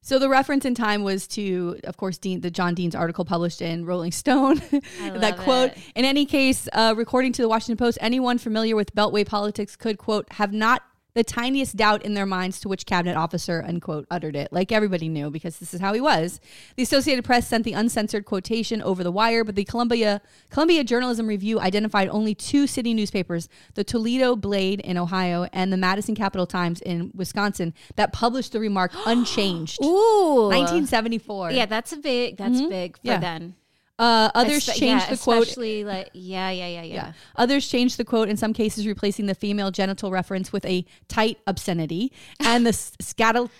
So the reference in time was to, of course, Dean, the John Dean's article published in Rolling Stone. that love quote. it. In any case, uh, recording to the Washington Post, anyone familiar with Beltway politics could quote have not the tiniest doubt in their minds to which cabinet officer unquote uttered it. Like everybody knew because this is how he was. The Associated Press sent the uncensored quotation over the wire, but the Columbia Columbia Journalism Review identified only two city newspapers, the Toledo Blade in Ohio and the Madison Capital Times in Wisconsin, that published the remark unchanged. Ooh, 1974. Yeah, that's a big. That's big for Mm-hmm. Yeah. then. Uh, others Espe- changed yeah, the quote Especially like yeah, yeah, yeah, yeah. Yeah. Others changed the quote, in some cases, replacing the female genital reference with a tight obscenity and the s-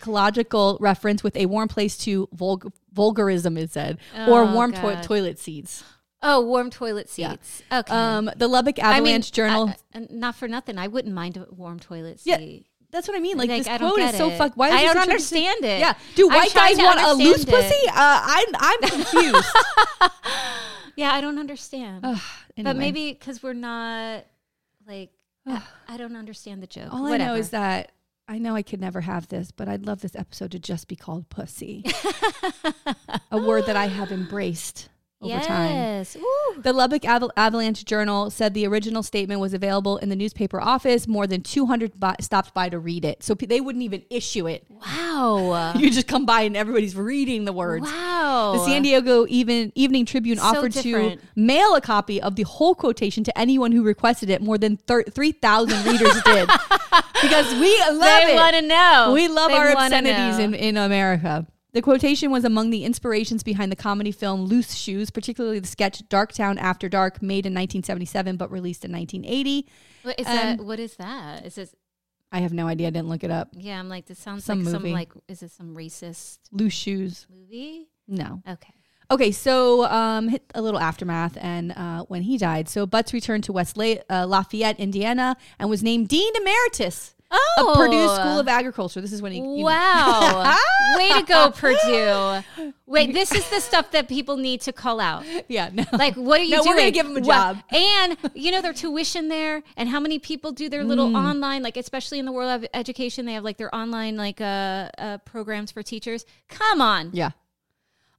scatological reference with a warm place to vulg- vulgarism, it said, or Oh, warm to- God. toilet seats. Oh, warm toilet seats. Okay. Um, the Lubbock Avalanche Journal. I- I- not for nothing. I wouldn't mind a warm toilet Yeah, seat. that's what I mean. Like, Like, this I don't quote is get so it. fuck. I Why? is this don't introduced- understand it. Yeah. Do I'm white trying guys to want a loose understand it. pussy? Uh, I'm I'm confused. Yeah, I don't understand. Oh, Anyway. But maybe because we're not like I, I don't understand the joke. All I Whatever. know is that I know I could never have this, but I'd love this episode to just be called pussy. a word that I have embraced over time. yes. Ooh. The Lubbock Aval- Avalanche Journal said the original statement was available in the newspaper office. More than 200 bi- stopped by to read it. So pe- they wouldn't even issue it. Wow. You just come by and everybody's reading the words. wow. The San Diego even, Evening Tribune So offered different. to mail a copy of the whole quotation to anyone who requested it. More than thir- 3,000 readers did. Because we love They it. want to know. We love Oh, They our wanna obscenities know. in, in America. The quotation was among the inspirations behind the comedy film Loose Shoes, particularly the sketch Darktown After Dark, made in 1977 but released in 1980. What is um, that? What is that? Is this? I have no idea. I didn't look it up. Yeah, I'm like this sounds Some like movie. some like is it some racist Loose Shoes. movie? No. Okay. Okay, so um, hit a little aftermath and uh, when he died. So Butts returned to West La- uh, Lafayette, Indiana, and was named Dean Emeritus Oh, of Purdue School of Agriculture. This is when he. you know. Wow. Way to go, Purdue. Wait, this is the stuff that people need to call out. yeah. No. Like, what are you No, doing? we're gonna give them a Well, job. and, you know, their tuition there and how many people do their little Mm. online, like, especially in the world of education, they have like their online, like, uh, uh programs for teachers. Come on. Yeah.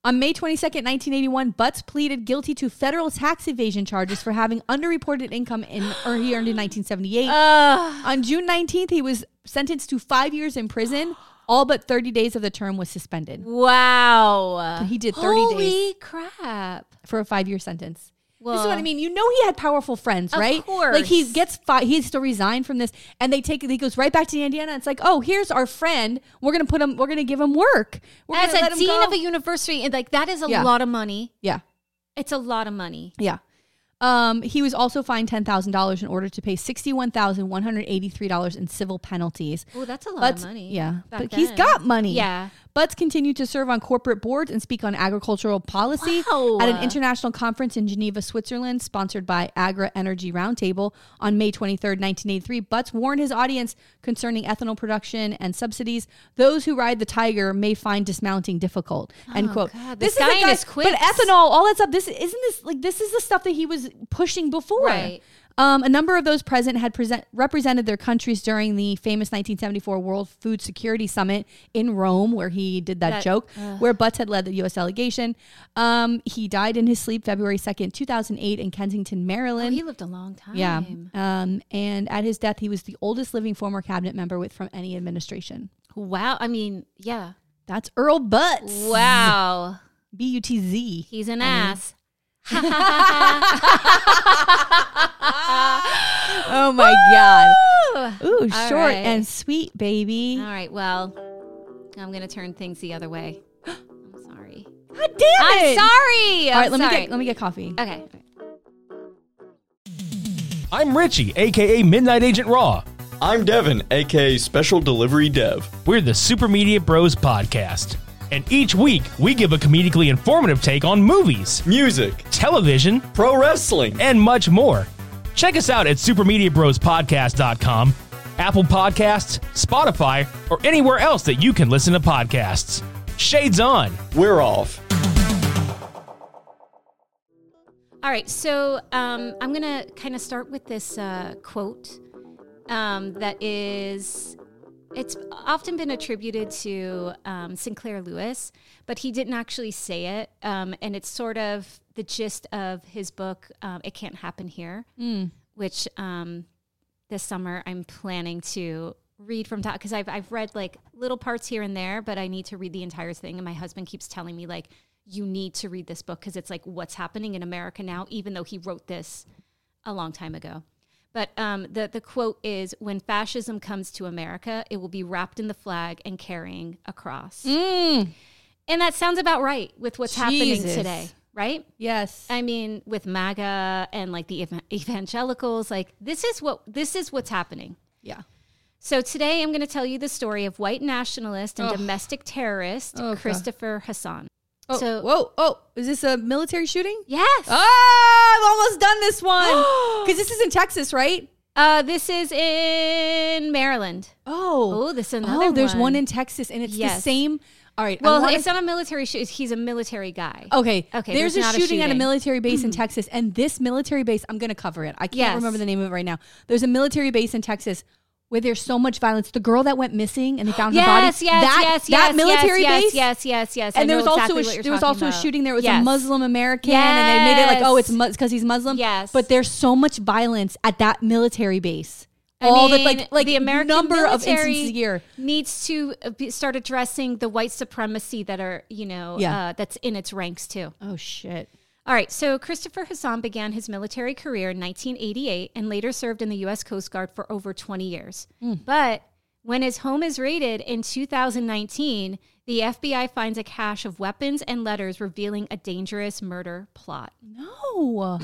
On May 22nd, 1981, Butts pleaded guilty to federal tax evasion charges for having underreported income in, or he earned in 1978. Uh. On June 19th, he was sentenced to five years in prison. All but 30 days of the term was suspended Wow. He did 30 Holy days. crap. for a five year sentence. this is Well- what I mean. You know he had powerful friends, Of right? course. Like he gets fi- he has to resign from this, and they take he goes right back to Indiana. And it's like, oh, here's our friend. We're gonna put him. We're gonna give him work. We're As gonna a let him dean go. of a university, and like, that is a Yeah. lot of money. yeah. It's a lot of money. Yeah. Um, he was also fined ten thousand dollars in order to pay sixty one thousand one hundred eighty three dollars in civil penalties. Oh, that's a lot Butts- of money. Yeah, back but he's then. got money. Yeah. Butts continued to serve on corporate boards and speak on agricultural policy Wow. at an international conference in Geneva, Switzerland, sponsored by Agri Energy Roundtable on May 23rd, 1983. Butts warned his audience concerning ethanol production and subsidies. Those who ride the tiger may find dismounting difficult. End quote. Oh, God, this guy the and his But quips. ethanol, all that stuff. This isn't this like this is the stuff that he was pushing before. Right. Um, a number of those present had present, represented their countries during the famous 1974 World Food Security Summit in Rome, where he did that, That- joke, where Butts had led the U.S. delegation. Um, he died in his sleep February 2nd, 2008, in Kensington, Oh, Maryland. he lived a long time. yeah. Um, and at his death, he was the oldest living former cabinet member with from any administration. Wow. I mean, yeah. That's Earl Butts. Wow. B U T Z. He's an ass. Oh my god. All Ooh, short right. Uh, and sweet, baby. right, well, I'm going to turn things the other way. I'm sorry. God damn I'm it. sorry. All right, let I'm me sorry. Uh, get let me get coffee. Okay. I'm Richie, aka Midnight Agent Raw. I'm Devin, aka Special Delivery Dev. We're the Super Media Bros podcast. And each week, we give a comedically informative take on movies, Music, television, pro wrestling, and much more. Check us out at supermediabrospodcast.com, Apple Podcasts, Spotify, or anywhere else that you can listen to podcasts. Shades on. we're off. All right, so um, I'm gonna kind of start with this uh, quote um, that is. It's often been attributed to um, Sinclair Lewis, but he didn't actually say it. Um, and it's sort of the gist of his book, um, It Can't Happen Here, which um, this summer I'm planning to read from top because I've, I've read like little parts here and there, but I need to read the entire thing. And my husband keeps telling me, like, you need to read this book because it's like what's happening in America now, even though he wrote this a long time ago. But um, the, the quote is When fascism comes to America, it will be wrapped in the flag and carrying a cross. And that sounds about right with what's happening Jesus. today, right? Yes. I mean, with MAGA and like the ev- evangelicals, like this is what this is what's happening. yeah. So today I'm going to tell you the story of white nationalist and domestic terrorist Oh, God. Christopher Hassan. Oh, So- whoa, oh, is this a military shooting? Yes. Oh, I've almost done this one. Because this is in Texas, right? Uh, this is in Maryland. Oh. Oh, this is another Oh, there's one. one in Texas, and it's the Yes. same. All right. I Well, wanna- Oh, it's not a military shoot. He's a military guy. Okay. Okay, There's, there's a, not a shooting at a shooting. Mm. military base in Texas, and this military base, I'm going to cover it. I can't Yes. remember the name of it right now. There's a military base in Texas where there's so much violence. The girl that went missing and they found her body. Yes, yes, that, yes, that yes, military yes, base. Yes, yes, yes. I And there know was also exactly a, what sh- you're there was talking also a about. shooting. There was a Yes. Muslim American, and they made it like, oh, it's Yes. because he's Muslim. Yes. But there's so much violence at that military base. I All mean, the like, like the American number of military instances a year. needs to uh, be- start addressing the white supremacy that are you know Yeah. uh, that's in its ranks too. Oh shit. All right, so Christopher Hassan began his military career in 1988 and later served in the U.S. Coast Guard for over 20 years. Hmm. But when his home is raided in 2019, the FBI finds a cache of weapons and letters revealing a dangerous murder plot. No.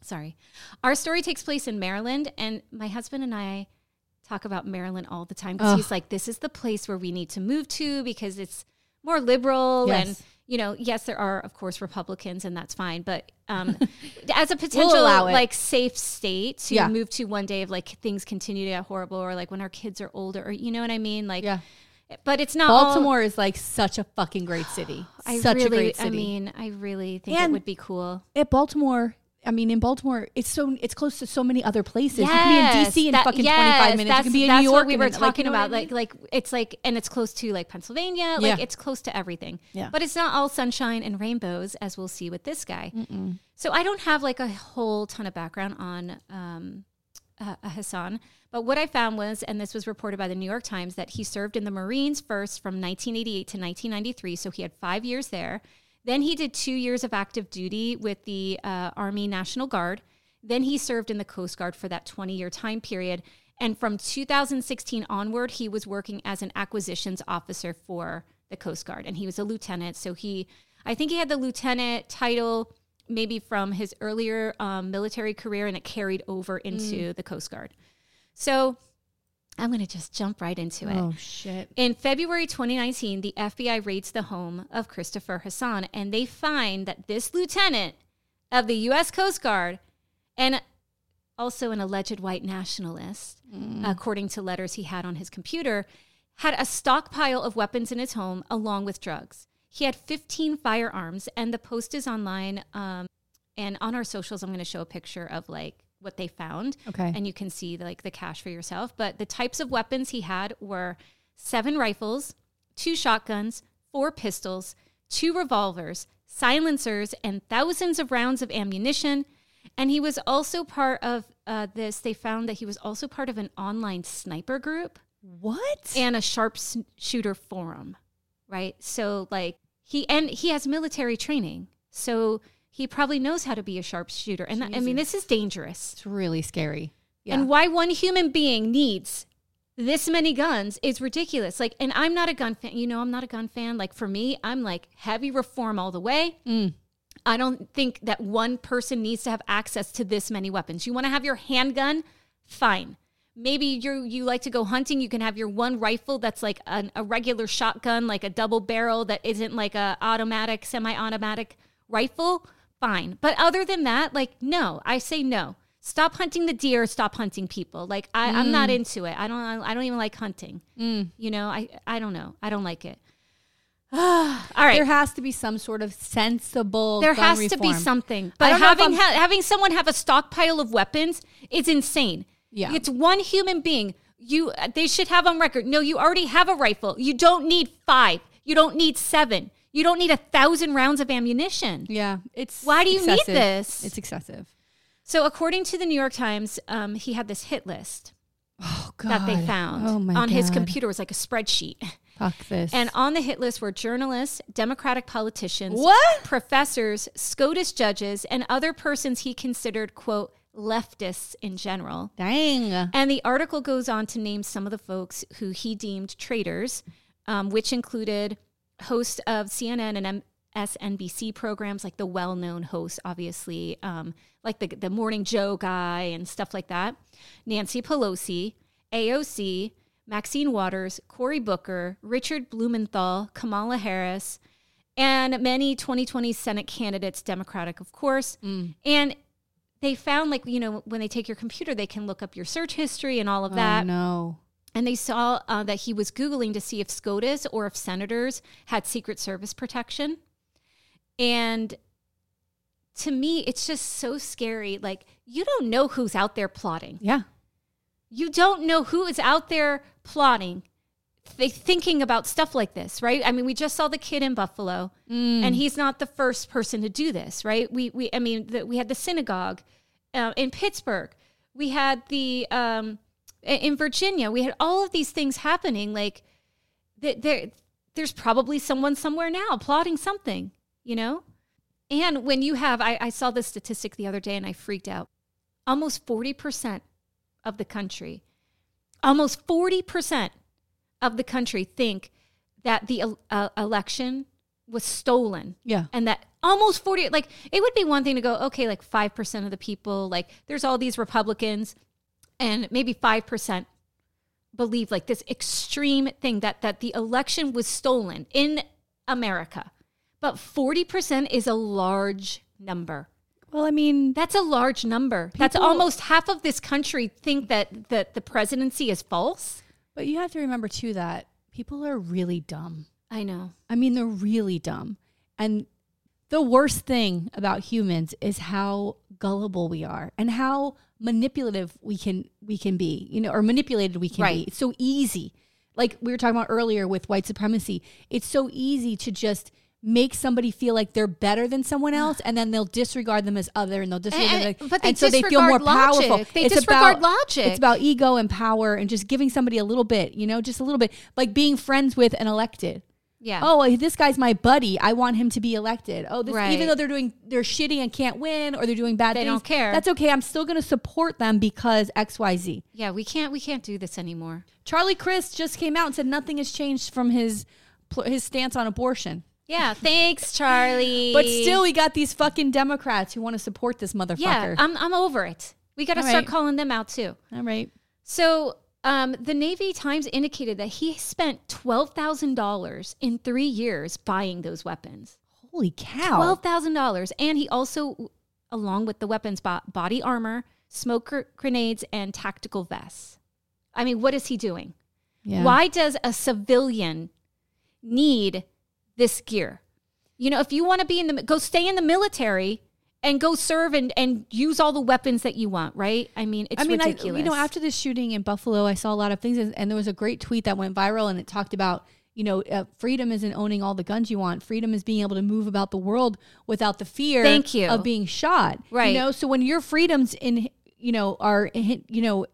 Sorry. Our story takes place in Maryland, and my husband and I talk about Maryland all the time because Ugh. he's like, this is the place where we need to move to because it's more liberal. And, Yes. you know, yes, there are, of course, Republicans, and that's fine. But um, as a potential, allow it. like, safe state to Yeah. move to one day if, like, things continue to get horrible or, like, when our kids are older or, you know what I mean? Like, Yeah. but it's not all- Baltimore is like such a fucking great city. I such really, a great city. I mean, I really think And- it would be cool. at Baltimore, I mean, in Baltimore, it's so it's close to so many other places. you can be in DC in that- fucking yes, 25 minutes. You that's- can be in that's New York. What we and were then, talking you know what I about, mean? like, like it's like, and it's close to like Pennsylvania. Like Yeah. it's close to everything. Yeah. But it's not all sunshine and rainbows, as we'll see with this guy. So I don't have like a whole ton of background on um, uh, uh, Hassan, but what I found was, and this was reported by the New York Times, that he served in the Marines first from 1988 to 1993. So he had five years there. Then he did two years of active duty with the uh, Army National Guard. Then he served in the Coast Guard for that 20 year time period. And from 2016 onward, he was working as an acquisitions officer for the Coast Guard. And he was a lieutenant. So he, I think he had the lieutenant title maybe from his earlier um, military career and it carried over into the Coast Guard. So I'm going to just jump right into it. oh shit. In February 2019, the FBI raids the home of Christopher Hassan and they find that this lieutenant of the U.S. Coast Guard and also an alleged white nationalist, according to letters he had on his computer, had a stockpile of weapons in his home along with drugs. He had 15 firearms, and the post is online. Um, and on our socials, I'm going to show a picture of like what they found Okay. and you can see like the cache for yourself. But the types of weapons he had were seven rifles, two shotguns, four pistols, two revolvers, silencers, and thousands of rounds of ammunition. And he was also part of uh, this. They found that he was also part of an online sniper group what? and a sharpshooter forum, right? So like he and he has military training. So he probably knows how to be a sharpshooter. And that- I mean, this is dangerous. It's really scary. Yeah. And why one human being needs this many guns is ridiculous. Like, and I'm not a gun fan. You know, I'm not a gun fan. Like, for me, I'm like heavy reform all the way. I don't think that one person needs to have access to this many weapons. You want to have your handgun? Fine. Maybe you you like to go hunting. You can have your one rifle that's like an, a regular shotgun, like a double barrel that isn't like a automatic, semi-automatic rifle. Fine. But other than that, like no, I say no. Stop hunting the deer. Stop hunting people. Like I, I'm not into it. I don't. I, don't even like hunting. You know. I. I don't know. I don't like it. All right. there has to be some sort of sensible. There gun has to be reform. something. I But don't know if having I'm- ha- having someone have a stockpile of weapons is insane. Yeah. it's one human being. You they should have on record. No, you already have a rifle. You don't need five. You don't need seven. You don't need a thousand rounds of ammunition. Yeah, it's Why do you need excessive. this? It's excessive. So, according to the New York Times, um, he had this hit list Oh God, that they found oh, my on his God. computer. It was like a spreadsheet. Fuck this. And on the hit list were journalists, Democratic politicians, What? professors, SCOTUS judges, and other persons he considered, quote, leftists in general. dang, Oh, And the article goes on to name some of the folks who he deemed traitors, um, which included hosts of CNN and MSNBC programs, like the well known hosts, obviously, um, like the, the Morning Joe guy and stuff like that, Nancy Pelosi, AOC, Maxine Waters, Cory Booker, Richard Blumenthal, Kamala Harris, and many 2020 Senate candidates, Democratic, of course. Mm. And they found like you know when they take your computer they can look up your search history and all of oh that no, and they saw uh, that he was googling to see if scotus or if senators had secret service protection and to me it's just so scary like you don't know who's out there plotting yeah, you don't know who is out there plotting th- thinking about stuff like this right i mean we just saw the kid in buffalo and he's not the first person to do this right we we i mean the, we had the synagogue uh, in pittsburgh we had the um i- in virginia we had all of these things happening like th- there there's probably someone somewhere now plotting something you know and when you have I, I saw this statistic the other day and i freaked out almost 40% of the country, almost 40% of the country think that the el- uh, election was stolen. Yeah. And that almost 40, like, it would be one thing to go, okay, like 5% of the people, like, there's all these Republicans, and maybe 5% believe like this extreme thing that that the election was stolen in America. But 40% is a large number. Well, I mean, That's a large number. That's People- almost half of this country think that that the presidency is false. but you have to remember too that people are really dumb. I know. I mean, they're really dumb. And the worst thing about humans is how gullible we are and how manipulative we can we can be, you know, or manipulated we can be. Right. It's so easy. Like we were talking about earlier with white supremacy. It's so easy to just make somebody feel like they're better than someone else and then they'll disregard them as other and they'll disregard And- them and- like, but they and so they feel more disregard logic. powerful. They It's disregard about- logic. It's about ego and power and just giving somebody a little bit, you know, just a little bit like being friends with an elected. Yeah. Oh, this guy's my buddy. I want him to be elected. Oh, this, Right. even though they're doing they're shitty and can't win or they're doing bad They things, don't care. That's okay. I'm still going to support them because XYZ. yeah, we can't we can't do this anymore. Charlie Crist just came out and said nothing has changed from his pl- his stance on abortion. Yeah, thanks Charlie. But still we got these fucking Democrats who want to support this motherfucker. yeah, um, I'm I'm over it. We got to All start right. calling them out too. All right. So, um, the Navy Times indicated that he spent twelve thousand dollars in three years buying those weapons. Holy cow. twelve thousand dollars, and he also, along with the weapons, bought body armor, smoke gr- grenades, and tactical vests. I mean, what is he doing? Yeah. Why does a civilian need this gear? You know, if you want to be in the go, stay in the military and go serve and and use all the weapons that you want. Right? I mean, it's I mean, ridiculous. I, you know, after the shooting in Buffalo, I saw a lot of things, and, and there was a great tweet that went viral, and it talked about, you know, uh, freedom isn't owning all the guns you want. Freedom is being able to move about the world without the fear Thank you. of being shot. Right. You know, so when your freedoms in, you know, are, in, you know,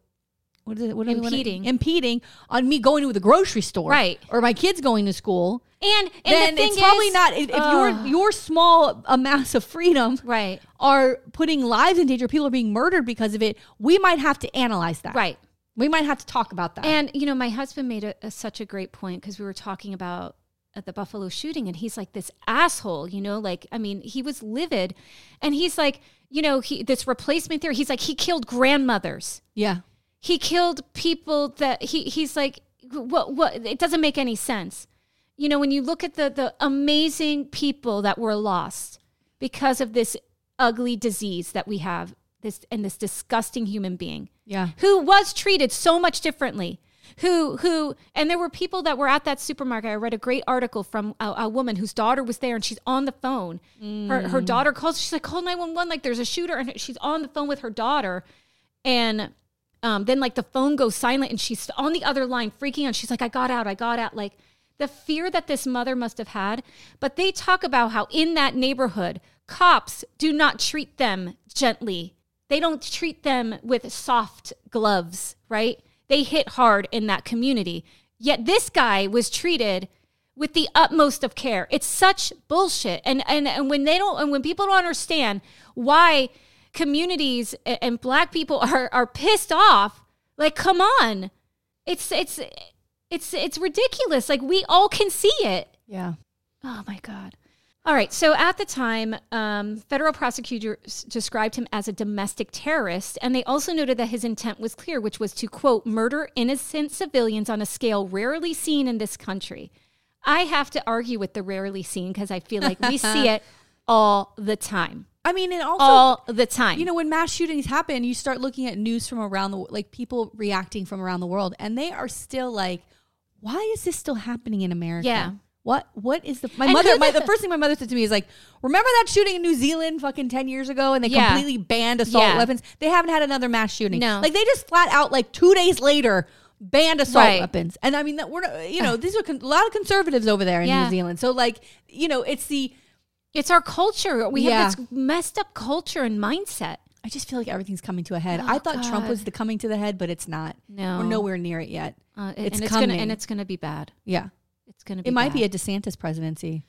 what is it? What do we wanna- Impeding. impeding on me going to the grocery store. Right. Or my kids going to school. And, and then the thing it's probably is- uh, not if, if your Ugh. your small amounts of freedom right, are putting lives in danger. People are being murdered because of it. We might have to analyze that. right. We might have to talk about that. And you know, my husband made a, a, such a great point because we were talking about uh, the Buffalo shooting, and he's like, "This asshole," you know, like I mean, he was livid, and he's like, you know, he this replacement theory. He's like, he killed grandmothers, yeah. he killed people that he he's like, what what? It doesn't make any sense, you know, when you look at the the amazing people that were lost because of this ugly disease that we have this and this disgusting human being Yeah. who was treated so much differently who who and there were people that were at that supermarket i read a great article from a, a woman whose daughter was there and she's on the phone her, her daughter calls she's like call 911 like there's a shooter and she's on the phone with her daughter and um, then like the phone goes silent and she's on the other line freaking out she's like i got out i got out like the fear that this mother must have had but they talk about how in that neighborhood cops do not treat them gently they don't treat them with soft gloves right they hit hard in that community yet this guy was treated with the utmost of care. It's such bullshit. And and and when they don't and when people don't understand why communities a- and black people are are pissed off, like come on. It's it's it's it's ridiculous. Like we all can see it. Yeah. Oh my God. All right. So at the time, um, federal prosecutors described him as a domestic terrorist, and they also noted that his intent was clear, which was to, quote, murder innocent civilians on a scale rarely seen in this country. I have to argue with the rarely seen because I feel like we see it all the time. I mean, and also All the time. you know when mass shootings happen you start looking at news from around the like people reacting from around the world and they are still like why is this still happening in america Yeah. what what is the my And mother who my, the- the first thing my mother said to me is like remember that shooting in new zealand fucking 10 years ago and they Yeah. completely banned assault Yeah. weapons they haven't had another mass shooting No. like they just flat out like two days later banned assault Right. weapons and i mean that we're not- you know these are con- a lot of conservatives over there in Yeah. new zealand so like you know it's the it's our culture. We Yeah. have this messed up culture and mindset. I just feel like everything's coming to a head. I thought Trump God. was the coming to the head, but it's not. No. We're nowhere near it yet. Uh, It's and it's coming. Gonna, and it's going to be bad. yeah. It's going to be It might bad. be a DeSantis presidency.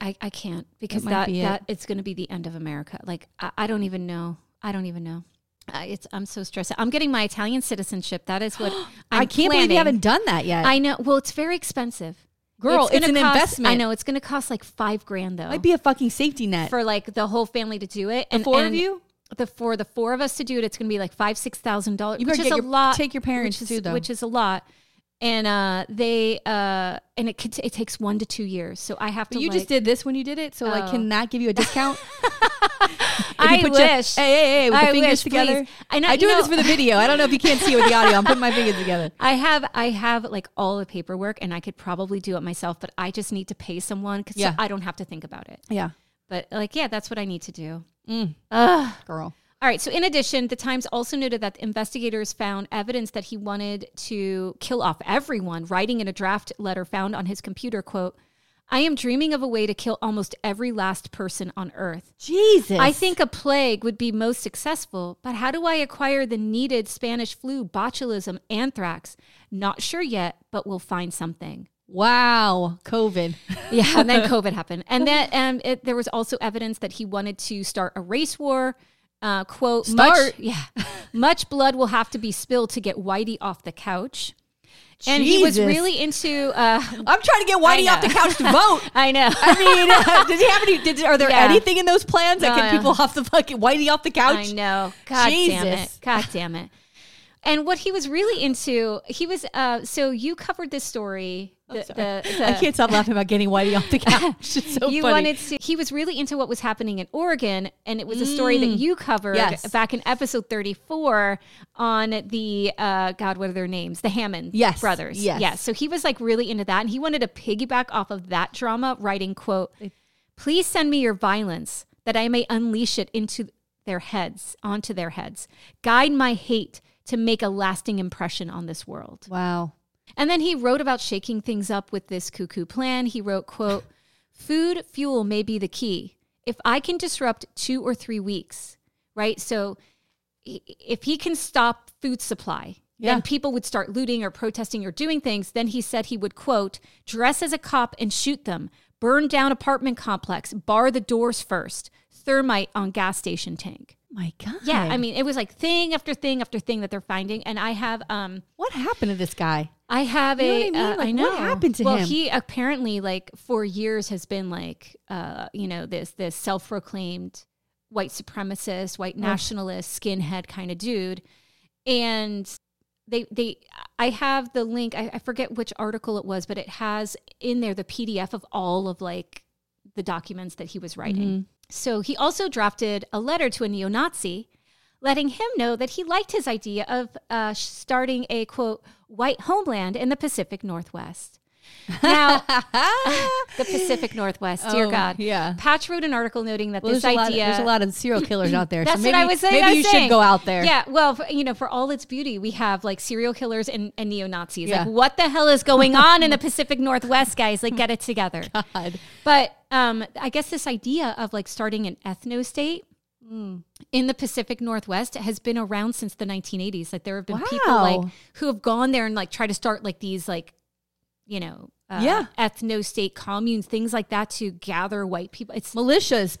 I, I can't because might that, be it. that it's going to be the end of America. Like I, I don't even know. I don't even know. I, it's I'm so stressed. I'm getting my Italian citizenship. That is what I'm I can't believe planning. you haven't done that yet. I know. Well, it's very expensive, Girl, it's, gonna an cost- investment. I know it's going to cost like five grand though. It might be a fucking safety net. for like the whole family to do it. the And four of and you? the for the four of us to do it, it's going to be like five six thousand dollars, You which better is get a your- lot. take your parents which is, too, though. which is a lot. And uh, they uh, and it could, it takes one to two years. So I have to. But you like- just did this when you did it, so like Oh. can that give you a discount? If I you put your- wish. hey, hey, hey, with the I fingers wish, together. please. I know- I'm you doing know- this for the video. I don't know if you can't see it with the audio. I'm putting my fingers together. I have I have like all the paperwork and I could probably do it myself, but I just need to pay someone because Yeah. I don't have to think about it. Yeah. But like, yeah, that's what I need to do. Girl. All right. So in addition, the Times also noted that the investigators found evidence that he wanted to kill off everyone, writing in a draft letter found on his computer, quote, I am dreaming of a way to kill almost every last person on earth. Jesus. I think a plague would be most successful, but how do I acquire the needed Spanish flu, botulism, anthrax? Not sure yet, but we'll find something. Wow. COVID. Yeah, and then COVID happened, and then um, it, there was also evidence that he wanted to start a race war. Uh, quote, much, Start. yeah, much blood will have to be spilled to get Whitey off the couch. And he was Jesus. really into. Uh, I'm trying to get Whitey I off the know. couch to vote. I know. I mean, does he have any? Did, are there Yeah. anything in those plans No, that get no. people off the fucking whitey off the couch? I know. God damn Jesus. it. God damn it. And what he was really into, he was. Uh, so you covered this story. The, the, the, I can't stop laughing about getting whitey off the couch. It's so you funny. wanted to. He was really into what was happening in Oregon, and it was a story that you covered Mm. Yes. back in episode thirty-four on the uh, God. What are their names? The Hammond Yes, brothers. yes. yes. So he was like really into that, and he wanted to piggyback off of that drama, writing quote, "Please send me your violence that I may unleash it into their heads, onto their heads. Guide my hate." To make a lasting impression on this world. wow. And then he wrote about shaking things up with this cuckoo plan. He wrote, quote, food fuel may be the key. If I can disrupt two or three weeks, right? So i- if he can stop food supply, Yeah. then people would start looting or protesting or doing things. Then he said he would, quote, dress as a cop and shoot them, burn down apartment complex, bar the doors first, thermite on gas station tank. My God. Yeah, I mean, it was like thing after thing after thing that they're finding. And I have, um, what happened to this guy? I have You know a. what uh, I mean? Like, know what happened to well, him? he apparently like for years has been like, uh, you know, this this self proclaimed white supremacist, white nationalist, skinhead kind of dude, and they they I have the link. I, I forget which article it was, but it has in there the PDF of all of like the documents that he was Mm-hmm. writing. So he also drafted a letter to a neo Nazi letting him know that he liked his idea of uh, sh- starting a quote, white homeland in the Pacific Northwest. Now, the Pacific Northwest, dear Oh, God. yeah. Patch wrote an article noting that Well, this there's, a lot of, idea. there's a lot of serial killers out there. That's so maybe, what I was saying. Maybe I was you saying. should go out there. Yeah. Well, for, you know, for all its beauty, we have like serial killers and, and neo Nazis. Yeah. Like, what the hell is going on in the Pacific Northwest, guys? Like, get it together. God. But um, I guess this idea of like starting an ethno state Hmm. in the Pacific Northwest has been around since the 1980s. Like there have been people Wow. like who have gone there and like try to start like these like you know uh, Yeah. ethno state communes, things like that to gather white people. It's Militias,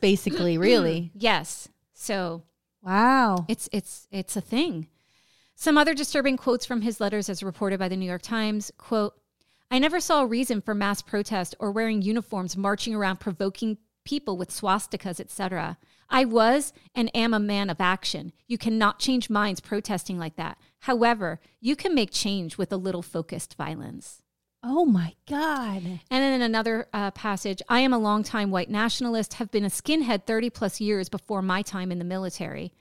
basically, really. yes, so Wow. it's it's it's a thing. Some other disturbing quotes from his letters as reported by the New York Times, quote, I never saw a reason for mass protest or wearing uniforms marching around provoking people with swastikas, etc. I was and am a man of action. You cannot change minds protesting like that. However, you can make change with a little focused violence. Oh my God. And then in another uh, passage, I am a longtime white nationalist, have been a skinhead 30 plus years before my time in the military.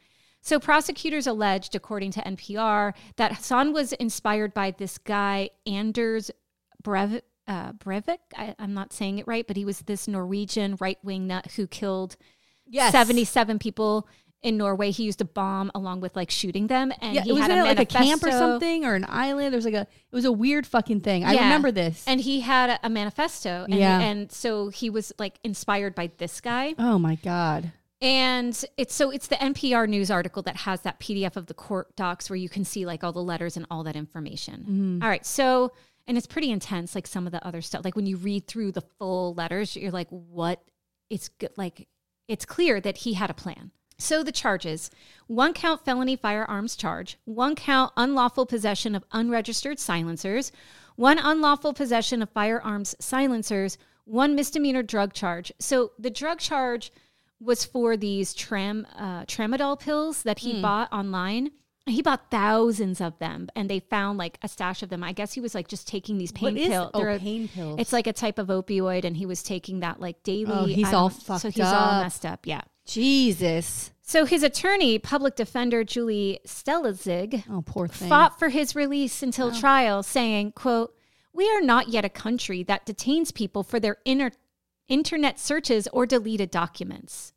So prosecutors alleged, according to NPR, that Hassan was inspired by this guy, Anders Brev- uh, Breivik. I, I'm not saying it right, but he was this Norwegian right wing nut who killed Yes. 77 people in Norway. He used a bomb along with like shooting them. And Yeah, he was had it a like a camp or manifesto. something or an island? There's like a, it was a weird fucking thing. I Yeah. remember this. And he had a, a manifesto. And, Yeah. and so he was like inspired by this guy. oh my God. And it's so it's the NPR news article that has that PDF of the court docs where you can see like all the letters and all that information. All right. So, and it's pretty intense, like some of the other stuff. Like when you read through the full letters, you're like, what? It's good. Like it's clear that he had a plan. So the charges one count felony firearms charge, one count unlawful possession of unregistered silencers, one unlawful possession of firearms silencers, one misdemeanor drug charge. So the drug charge was for these tram uh, tramadol pills that Hmm. he bought online. He bought thousands of them, and they found like a stash of them. I guess he was like just taking these pain What is- pills. oh, pain pills. It's like a type of opioid, and he was taking that like daily. Oh, he's I don't- all So fucked he's all up. messed up. Yeah. Jesus. So his attorney, public defender Julie Stelzig, Oh, poor thing. fought for his release until trial, saying, quote, we are not yet a country that detains people for their inner internet searches or deleted documents.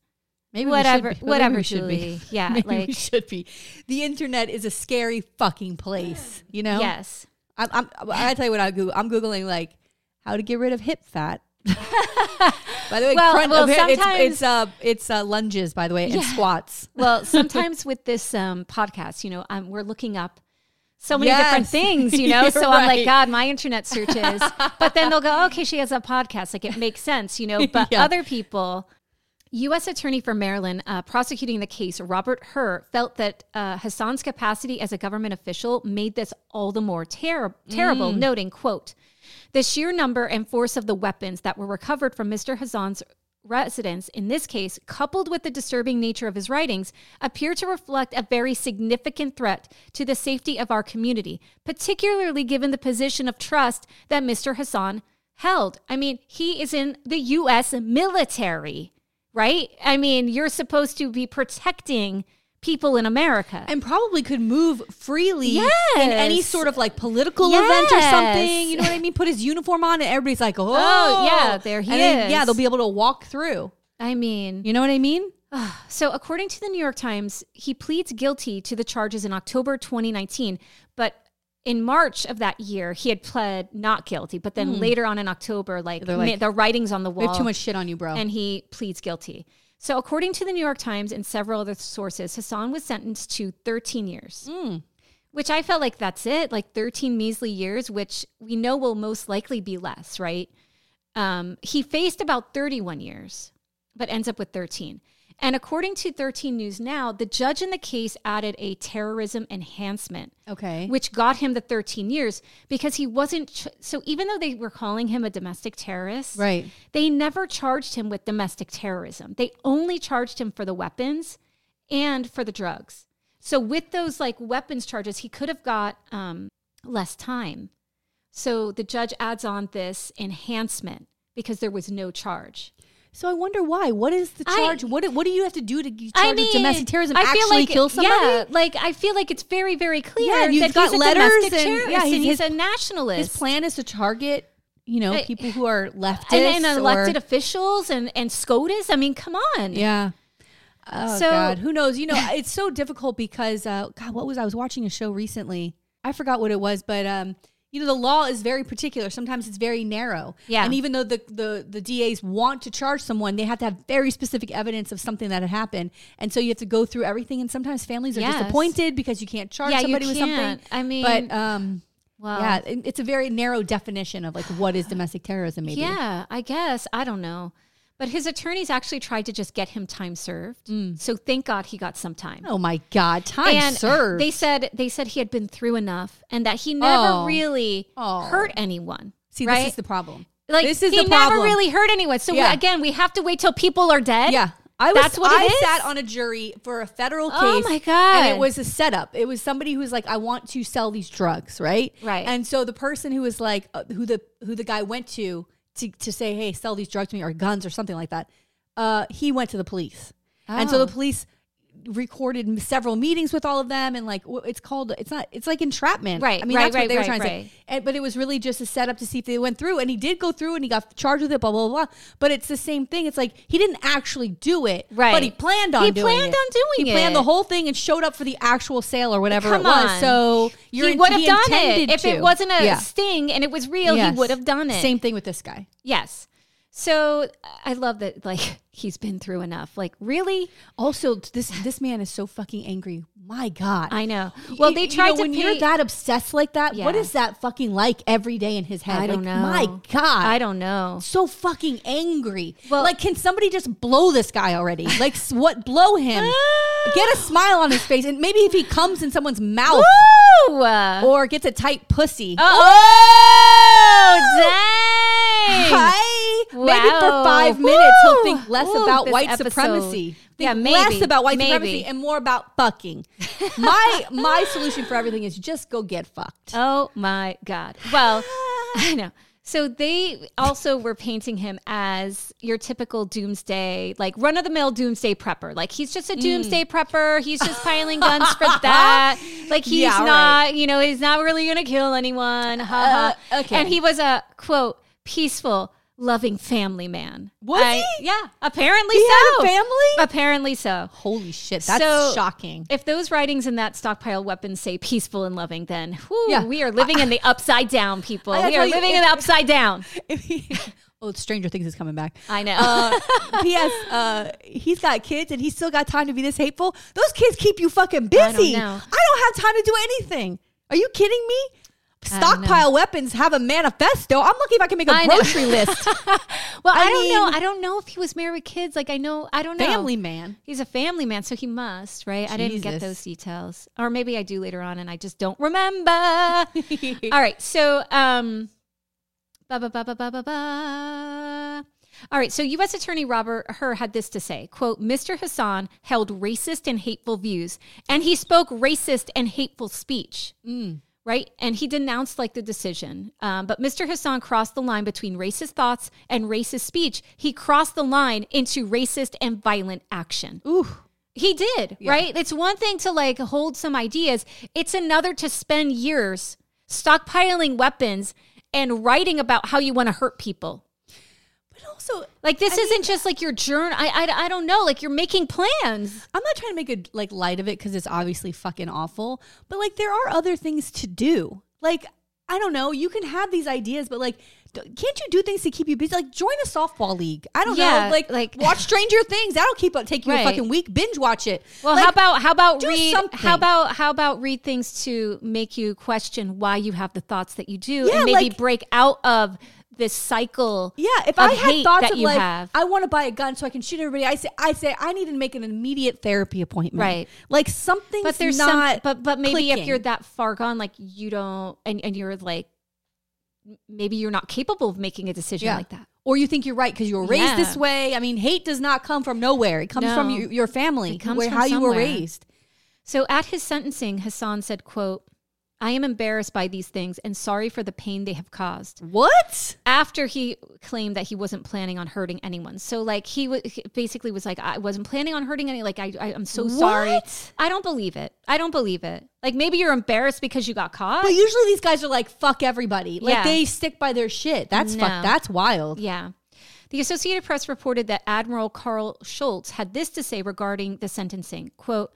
Maybe whatever- we should be. whatever, Maybe we should Julie. be. Yeah, Maybe we like- should be. The internet is a scary fucking place. You know. Yes. I'm. I'm I tell you what. I Google. I'm googling like how to get rid of hip fat. by the way, Well, crunch, well, it's, sometimes- it's uh it's uh, lunges. By the way, and Yeah. squats. Well, sometimes with this um, podcast, you know, um, we're looking up so many Yes. different things, you know. You're so I'm like, right. God, my internet searches. but then they'll go, okay, she has a podcast. Like it makes sense, you know. But Yeah. other people, U.S. Attorney for Maryland, uh, prosecuting the case, Robert Herr felt that uh, Hassan's capacity as a government official made this all the more ter- terrible, Mm. noting, quote, the sheer number and force of the weapons that were recovered from Mr. Hassan's residence in this case, coupled with the disturbing nature of his writings, appear to reflect a very significant threat to the safety of our community, particularly given the position of trust that Mr. Hassan held. I mean, he is in the U.S. military, right? I mean, you're supposed to be protecting people in America. and probably could move freely in any Yes. sort of like political event or Yes. something. You know what I mean? Put his uniform on, and everybody's like, "Oh, yeah, there he And then, is. Yeah, they'll be able to walk through. I mean, You know what I mean? So, according to the New York Times, he pleads guilty to the charges in October 2019. But in March of that year, he had pled not guilty. But then later on in October, like, Hmm. They're like, the writing's on the We wall have too much shit on you, bro. and he pleads guilty. So, Mm. according to the New York Times and several other sources, Hassan was sentenced to 13 years, which I felt like that's it, like 13 measly years, which we know will most likely be less, right? Um, he faced about 31 years, but ends up with 13. And according to 13 News Now, the judge in the case added a terrorism enhancement, Okay. which got him the 13 years because he wasn't. Ch- so even though they were calling him a domestic terrorist, right. they never charged him with domestic terrorism. They only charged him for the weapons and for the drugs. So with those like weapons charges, he could have got um, less time. So the judge adds on this enhancement because there was no charge. So I wonder why. What is the I- charge? what What do you have to do to get charged with domestic terrorism? I actually feel like kill somebody. Yeah, like I feel like it's very very clear Yeah, and that you've got he's a letters domestic and- terrorist yeah, and he's- he's, his- a nationalist. His plan is to target, you know, I- people who are leftists and, and or- elected officials and and SCOTUS. I mean, come on. Yeah. Oh So- God, who knows? You know, it's so difficult because uh, God, what was I was watching a show recently? I forgot what it was, but um, you know, the law is very particular. Sometimes it's very narrow. Yeah. And even though the the the DAs want to charge someone, they have to have very specific evidence of something that had happened, and so you have to go through everything. And sometimes families are Yes. disappointed because you can't charge Yeah, you somebody with something. can't. I mean, but um, Wow. yeah, it- it's a very narrow definition of like what is domestic terrorism. Maybe. Yeah, I guess. I don't know. But his attorneys actually tried to just get him time served. So thank God he got some time. Mm. Oh my God, time and served. they said they said he had been through enough and that he never Oh. really Oh. hurt anyone. See, right? this is the problem. like this is he the never problem. really hurt anyone. So we- Yeah. again, we have to wait till people are dead. Yeah. I was, That's what I it is? sat on a jury for a federal case. Oh my God. And it was a setup. It was somebody who was like, I want to sell these drugs, right? Right. And so the person who was like, uh, who the who the guy went to to to say, hey, sell these drugs to me or guns or something like that, uh, he went to the police, and so Oh. the police recorded m- several meetings with all of them and like w- it's called it's not it's like entrapment Right, i mean right, that's what right, they were right, trying to right. say and, but it was really just a setup to see if they went through and he did go through and he got charged with it blah blah blah but it's the same thing it's like he didn't actually do it but Right. he planned on He doing planned it. on doing he planned the it. whole thing and showed up for the actual sale or whatever Come it was on. so you're he in- would have done intended it if to. it wasn't a Yeah. sting and it was real. Yes. He would have done it. same thing with this guy Yes. So I love that. Like he's been through enough. Like really, also this this man is so fucking angry my god I know. Well, You- they you tried know, to when paint, you're that obsessed like that. What Yeah. is that fucking like every day in his head? I don't Like, know. My God, I don't know. So fucking angry. Well- like, can somebody just blow this guy already? Like, s- what? Blow him. Get a smile on his face, and maybe if he comes in someone's mouth Woo! or gets a tight pussy. Oh, dang! Hi. Maybe for Wow. five minutes, he'll Woo. think less Ooh, about this white episode. supremacy. Think Yeah, less maybe. about white Maybe. supremacy and more about fucking. my my solution for everything is just go get fucked. Oh my God. Well, I know. So they also were painting him as your typical doomsday, like run of the mill doomsday prepper. Like he's just a Mm. doomsday prepper. He's just piling guns for that. Like he's Yeah, not, you know, he's not really going to kill anyone. Ha ha. Uh, okay. And he was a quote, peaceful, loving family man. Was he? Yeah. Apparently He had so. a family? Apparently so. Holy shit, that's So- shocking. If those writings in that stockpile weapons say peaceful and loving, then whew, Yeah. we are living in the upside down, people. I gotta We tell are you, living in if- the upside down. oh, Stranger Things is coming back. I know. Uh, P.S. Uh, he's got kids and he's still got time to be this hateful. Those kids keep you fucking don't busy. know. I don't have time to do anything. Are you kidding me? I don't know. Stockpile weapons have a manifesto. I'm lucky if I can make a I know. grocery list. well, I I, don't mean- know. I don't know if he was married with kids. Like I know, I don't know. Family man. He's a family man, so he must, right? I didn't get Jesus. those details, or maybe I do later on, and I just don't remember. All right, so um, ba ba ba ba ba ba ba. All right, so U.S. Attorney Robert Herr had this to say: "Quote: Mr. Hassan held racist and hateful views, and he spoke racist and hateful speech." Right, and he denounced like the decision. Um, but Mr. Hassan crossed the line between racist thoughts and racist speech. He crossed the line into racist and violent action. Ooh. He did, right? It's one thing to like hold some ideas, it's another to spend years stockpiling weapons and writing about how you want to hurt people. But also, Like this isn't just like your journal. I, I I don't know. Like you're making plans. I'm not trying to make a like light of it because it's obviously fucking awful. But like, there are other things to do. Like, I don't know. You can have these ideas, but like, d- can't you do things to keep you busy? Like join a softball league. I don't Yeah, know. Like like- like watch Stranger Things. That'll keep up take you Right. a fucking week. Binge watch it. Well, Like, how about how about do read something. how about how about read things to make you question why you have the thoughts that you do Yeah, and maybe like- break out of this cycle. Yeah, if of I had hate thoughts that of you like have. I want to buy a gun so I can shoot everybody, I say I say I need to make an immediate therapy appointment. Right. Like something's but there's not some but but maybe if clicking. you're that far gone like you don't and and you're like maybe you're not capable of making a decision like that. Or you think you're right because you were raised Yeah. this way. I mean, hate does not come from nowhere. It comes from No. your, your family, It comes where, from how you were somewhere. raised. So at his sentencing, Hassan said, quote, I am embarrassed by these things and sorry for the pain they have caused. What? After he claimed that he wasn't planning on hurting anyone. So like he, wa- he basically was like, I wasn't planning on hurting any. Like I, I am so sorry. What? I don't believe it. I don't believe it. Like maybe you're embarrassed because you got caught. But usually these guys are like, fuck everybody. Like Yeah. they stick by their shit. That's No. fuck. That's wild. Yeah. The Associated Press reported that Admiral Carl Schultz had this to say regarding the sentencing quote,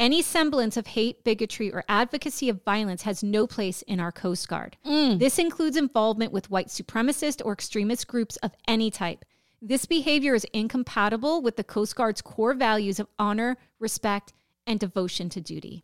any semblance of hate, bigotry, or advocacy of violence has no place in our Coast Guard. This includes involvement with white supremacist or extremist groups of any type. This behavior is incompatible with the Coast Guard's core values of honor, respect, and devotion to duty.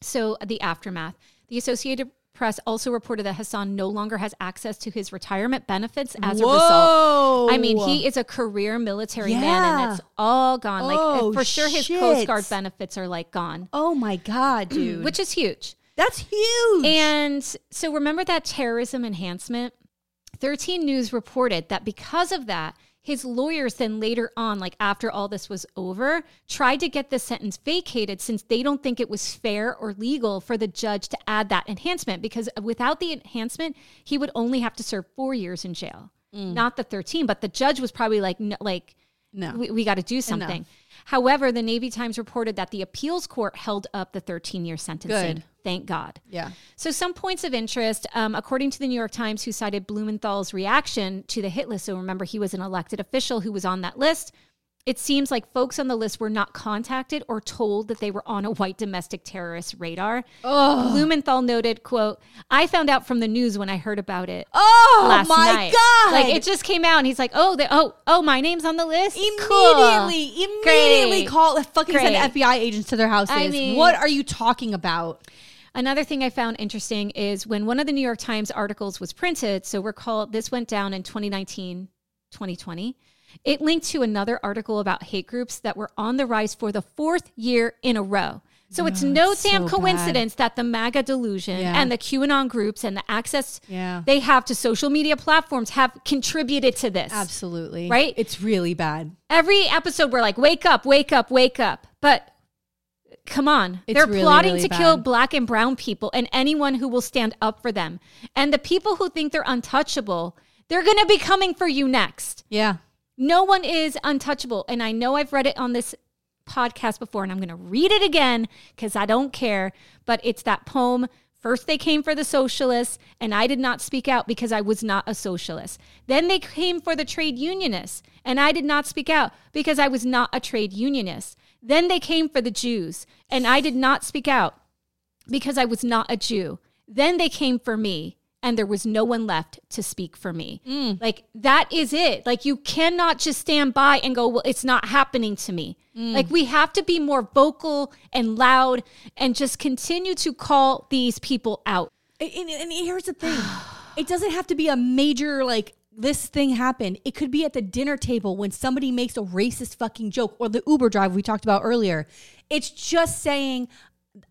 So the aftermath. The Associated Press also reported that Hassan no longer has access to his retirement benefits as a result. Whoa. I mean, he is a career military man, and Yeah. it's all gone. Like Oh, for sure, his shit. Coast Guard benefits are like gone, Oh my God, dude. which is huge. That's huge. And so remember that terrorism enhancement? 13 News reported that because of that, his lawyers then later on, like after all this was over, tried to get the sentence vacated since they don't think it was fair or legal for the judge to add that enhancement because without the enhancement, he would only have to serve four years in jail, not the 13. But the judge was probably like, no, like, Mm. no. we, we got to do something. However, the Navy Times reported that the appeals court held up the 13 year sentencing. Good. Thank God. yeah. So, some points of interest, um, according to the New York Times, who cited Blumenthal's reaction to the hit list. So, remember, he was an elected official who was on that list. It seems like folks on the list were not contacted or told that they were on a white domestic terrorist radar. Blumenthal noted, "quote I found out from the news when I heard about it Oh last my night. God. Like it just came out, and he's like, oh, they, oh, oh, my name's on the list. Cool. Immediately, immediately Great. call fucking Great. send FBI agents to their houses. I mean- what are you talking about? Another thing I found interesting is when one of the New York Times articles was printed, so recall this went down in 2019, 2020, it linked to another article about hate groups that were on the rise for the fourth year in a row. So it's no it's damn so bad. coincidence that the MAGA delusion Yeah. and the QAnon groups and the access Yeah. they have to social media platforms have contributed to this. Absolutely. Right? It's really bad. every episode we're like wake up wake up wake up but come on It's they're really, plotting really to kill bad. black and brown people and anyone who will stand up for them and the people who think they're untouchable they're going to be coming for you next Yeah. no one is untouchable and i know i've read it on this podcast before and i'm going to read it again because i don't care but it's that poem First, they came for the socialists, and I did not speak out because I was not a socialist. Then they came for the trade unionists, and I did not speak out because I was not a trade unionist. Then they came for the Jews, and I did not speak out because I was not a Jew. Then they came for me, and there was no one left to speak for me. Like, that is it. Like, you cannot just stand by and go, Well, it's not happening to me. Like, we have to be more vocal and loud and just continue to call these people out. And, and- and here's the thing it doesn't have to be a major, like, this thing happened. It could be at the dinner table when somebody makes a racist fucking joke or the Uber drive we talked about earlier. It's just saying,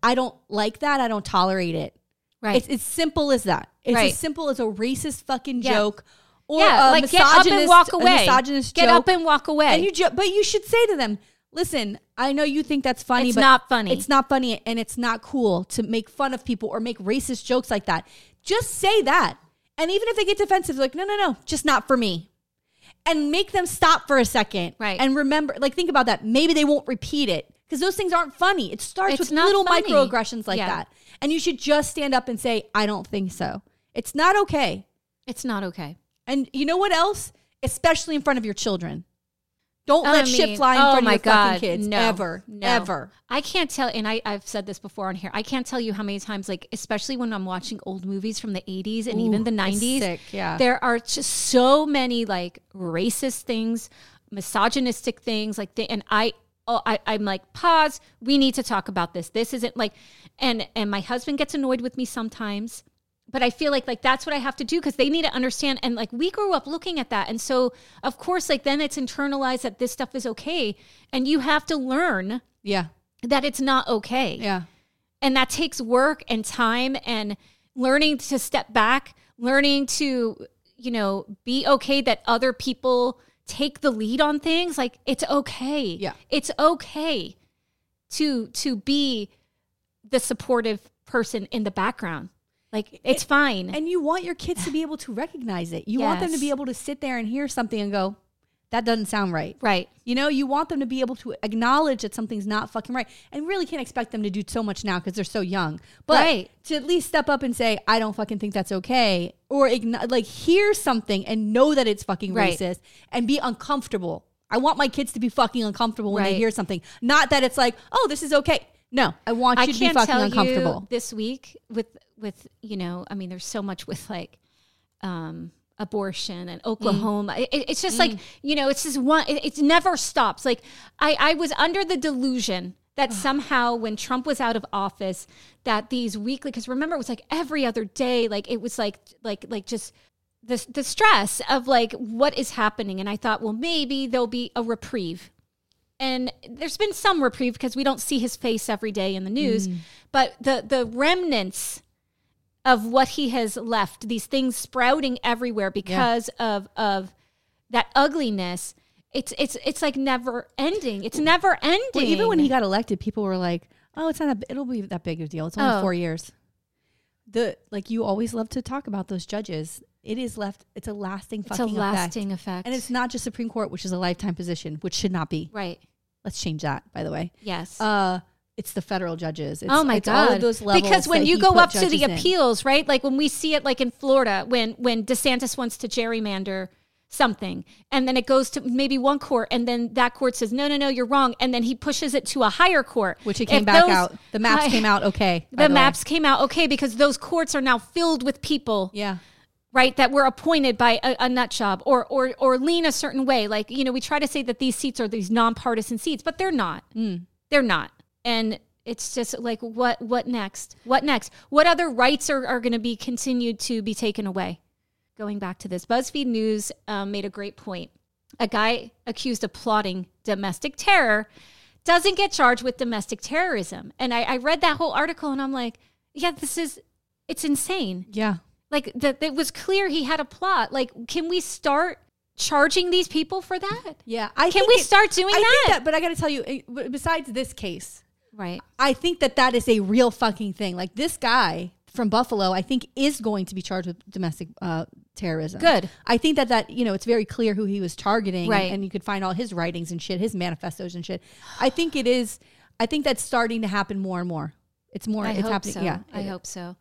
I don't like that. I don't tolerate it. Right. It's as simple as that. It's Right. as simple as a racist fucking Yeah. joke or yeah, a like get up misogynist, and walk a away. misogynist Get up joke. and walk away. And you ju- but you should say to them, listen, I know you think that's funny, It's but not funny." It's not funny and it's not cool to make fun of people or make racist jokes like that. Just say that. And even if they get defensive, like, no, no, no, just not for me. And make them stop for a second. Right. And remember, like, think about that. Maybe they won't repeat it because those things aren't funny. It starts It's with not little funny. microaggressions like Yeah. that. And you should just stand up and say, I don't think so. It's not okay. it's not okay. And you know what else? Especially in front of your children. Don't I let mean, shit fly in oh front my of your God, fucking kids. no, ever. no. Ever. I can't tell, and I, I've said this before on here. I can't tell you how many times, like especially when I'm watching old movies from the 80s and even the 90s, sick, yeah. there are just so many like racist things, misogynistic things, like thi- and I. Oh, I, I'm like, pause. We need to talk about this. This isn't like, and and my husband gets annoyed with me sometimes, but I feel like like that's what I have to do because they need to understand. And like we grew up looking at that, and so of course, like then it's internalized that this stuff is okay, and you have to learn Yeah. that it's not okay. Yeah. And that takes work and time and learning to step back, learning to, you know, be okay that other people take the lead on things. Like it's okay. Yeah. It's okay to to be the supportive person in the background. Like it's fine. And you want your kids to be able to recognize it. You want them to Yes. be able to sit there and hear something and go, that doesn't sound right. right. You know, you want them to be able to acknowledge that something's not fucking right and really can't expect them to do so much now because they're so young. But Right. to at least step up and say, I don't fucking think that's okay, or igno- like hear something and know that it's fucking Right. racist and be uncomfortable. I want my kids to be fucking uncomfortable when Right. they hear something, not that it's like, oh, this is okay. No, I want you I to be can't fucking tell uncomfortable. you this week with with you know I mean there's so much with like um abortion and Mm. Oklahoma It- it- it's just like you know it's just one it, it never stops like I I was under the delusion that somehow when Trump was out of office that these weekly cuz remember it was like every other day like it was like like like just the the stress of like what is happening and I thought well maybe there'll be a reprieve and there's been some reprieve because we don't see his face every day in the news Mm. but the the remnants of what he has left these things sprouting everywhere because of of that ugliness it's it's it's like never ending it's never ending Well, even when he got elected, people were like, "Oh, it's not that. It'll be that big of a deal. It's only Oh. four years." The like you always love to talk about those judges. It is left. It's a lasting it's a fucking effect. lasting effect, and it's not just Supreme Court, which is a lifetime position, which should not be. right Let's change that, by the way. yes Uh, it's the federal judges. It's, oh my it's god! all of those levels because when that you he go put up to the judges in. appeals, right? Like when we see it, like in Florida, when when DeSantis wants to gerrymander something, and then it goes to maybe one court, and then that court says, "No, no, no, you're wrong," and then he pushes it to a higher court, which it If came back those- out. The maps I- came out okay. by The, way. maps came out okay because those courts are now filled with people Yeah. right that were appointed by a, a nut job or or or lean a certain way like you know we try to say that these seats are these nonpartisan seats but they're not they're not and it's just like what what next what next what other rights are, are going to be continued to be taken away going back to this buzzfeed news um, made a great point a guy accused of plotting domestic terror doesn't get charged with domestic terrorism and i, I read that whole article and i'm like yeah this is it's insane Yeah. like that it was clear he had a plot. Like, can we start charging these people for that? Yeah. I Can think we it- start doing I think that? that? But I got to tell you, it- b- besides this case, Right. I think that that is a real fucking thing. Like this guy from Buffalo, I think is going to be charged with domestic uh, terrorism. Good. I think that that you know it's very clear who he was targeting, and- Right. And, you could find all his writings and shit, his manifestos and shit. I think it is. I think that's starting to happen more and more. It's more. I it's hope happening. so. Yeah. I it- hope so.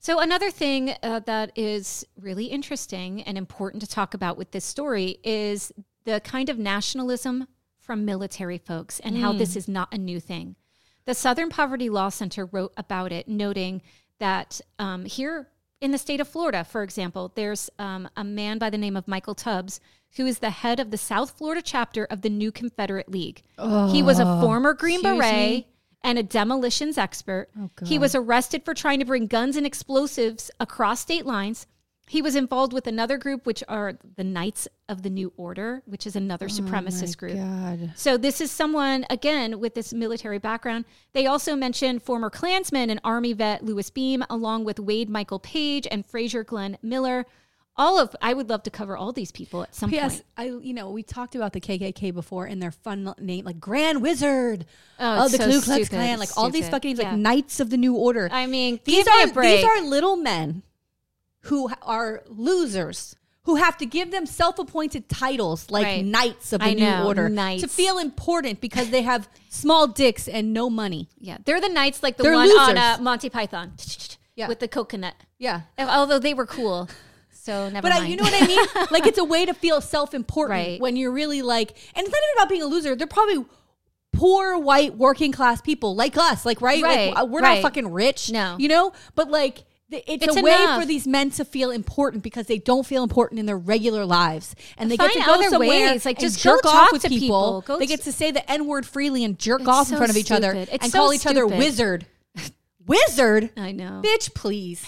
So another thing uh, that is really interesting and important to talk about with this story is the kind of nationalism from military folks and how this is not a new thing. The Southern Poverty Law Center wrote about it, noting that um, here in the state of Florida, for example, there's um, a man by the name of Michael Tubbs who is the head of the South Florida chapter of the New Confederate League. he was a former Green Oh, excuse Beret me? Oh, and a demolitions expert. he was arrested for trying to bring guns and explosives across state lines. He was involved with another group, which are the Knights of the New Order, which is another supremacist group. Oh, God. So this is someone again with this military background. They also mentioned former Klansman and Army vet Lewis Beam, along with Wade Michael Page and Fraser Glenn Miller. All of I would love to cover all these people at some P.S. point. I you know we talked about the KKK before and their fun name like Grand Wizard Oh, of it's the so Ku Klux stupid, Klan like all these stupid. fucking names Yeah. like Knights of the New Order. I mean, these give me are a break. these are little men who ha- are losers who have to give them self-appointed titles like Right. Knights of the I New know, Order knights. to feel important because they have small dicks and no money. yeah, they're the knights like the They're one on losers. uh, Monty Python Yeah. with the coconut. Yeah. Although they were cool. So never But I, mind. you know what I mean? like it's a way to feel self-important Right. when you're really like, and it's not even about being a loser. They're probably poor white working class people like us, like right? Right, Like uh, we're right. not fucking rich, No. you know. But like, th- it's, It's a way enough. for these men to feel important because they don't feel important in their regular lives, and they get Find to go other somewhere ways, like, and just go jerk talk off with to people. people. Go they t- get to say the n word freely and jerk It's off in so front of each other stupid. It's and so call each other stupid. wizard. Wizard, I know. bitch, please.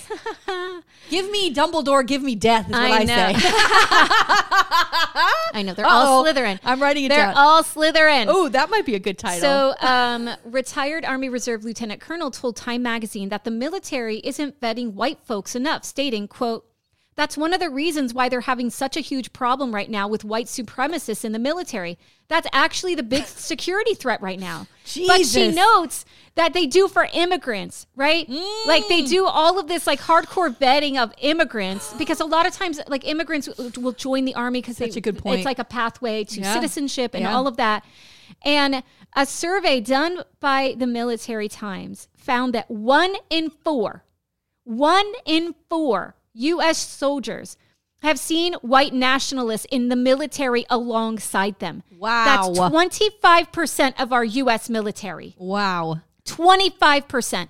give me Dumbledore, give me death. Is what I, say. I know. They're all Uh-oh. Slytherin. I'm writing it They're down. all Slytherin. Oh, that might be a good title. So, um, retired Army Reserve Lieutenant Colonel told Time Magazine that the military isn't vetting white folks enough, stating, "quote That's one of the reasons why they're having such a huge problem right now with white supremacists in the military. That's actually the big security threat right now." But she Jesus. notes that they do for immigrants, right? Like Mm. they do all of this like hardcore vetting of immigrants because a lot of times like immigrants w- will join the army because Such a good point. It's like a pathway to Yeah. citizenship and Yeah. all of that. And a survey done by the Military Times found that one in four, one in four U.S. soldiers have seen white nationalists in the military alongside them. Wow. That's 25% of our U.S. military. wow. 25%,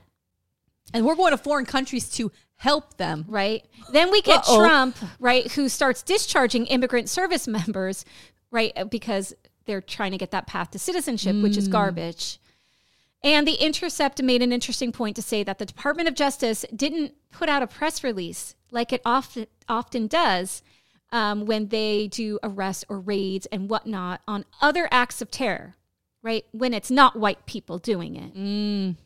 And we're going to foreign countries to help them. right? Then we get Uh-oh. Trump, right, who starts discharging immigrant service members, right, uh, because they're trying to get that path to citizenship, which is garbage. And The Intercept made an interesting point to say that the Department of Justice didn't put out a press release like it often, often does um, when they do arrests or raids and whatnot on other acts of terror, right? When it's not white people doing it.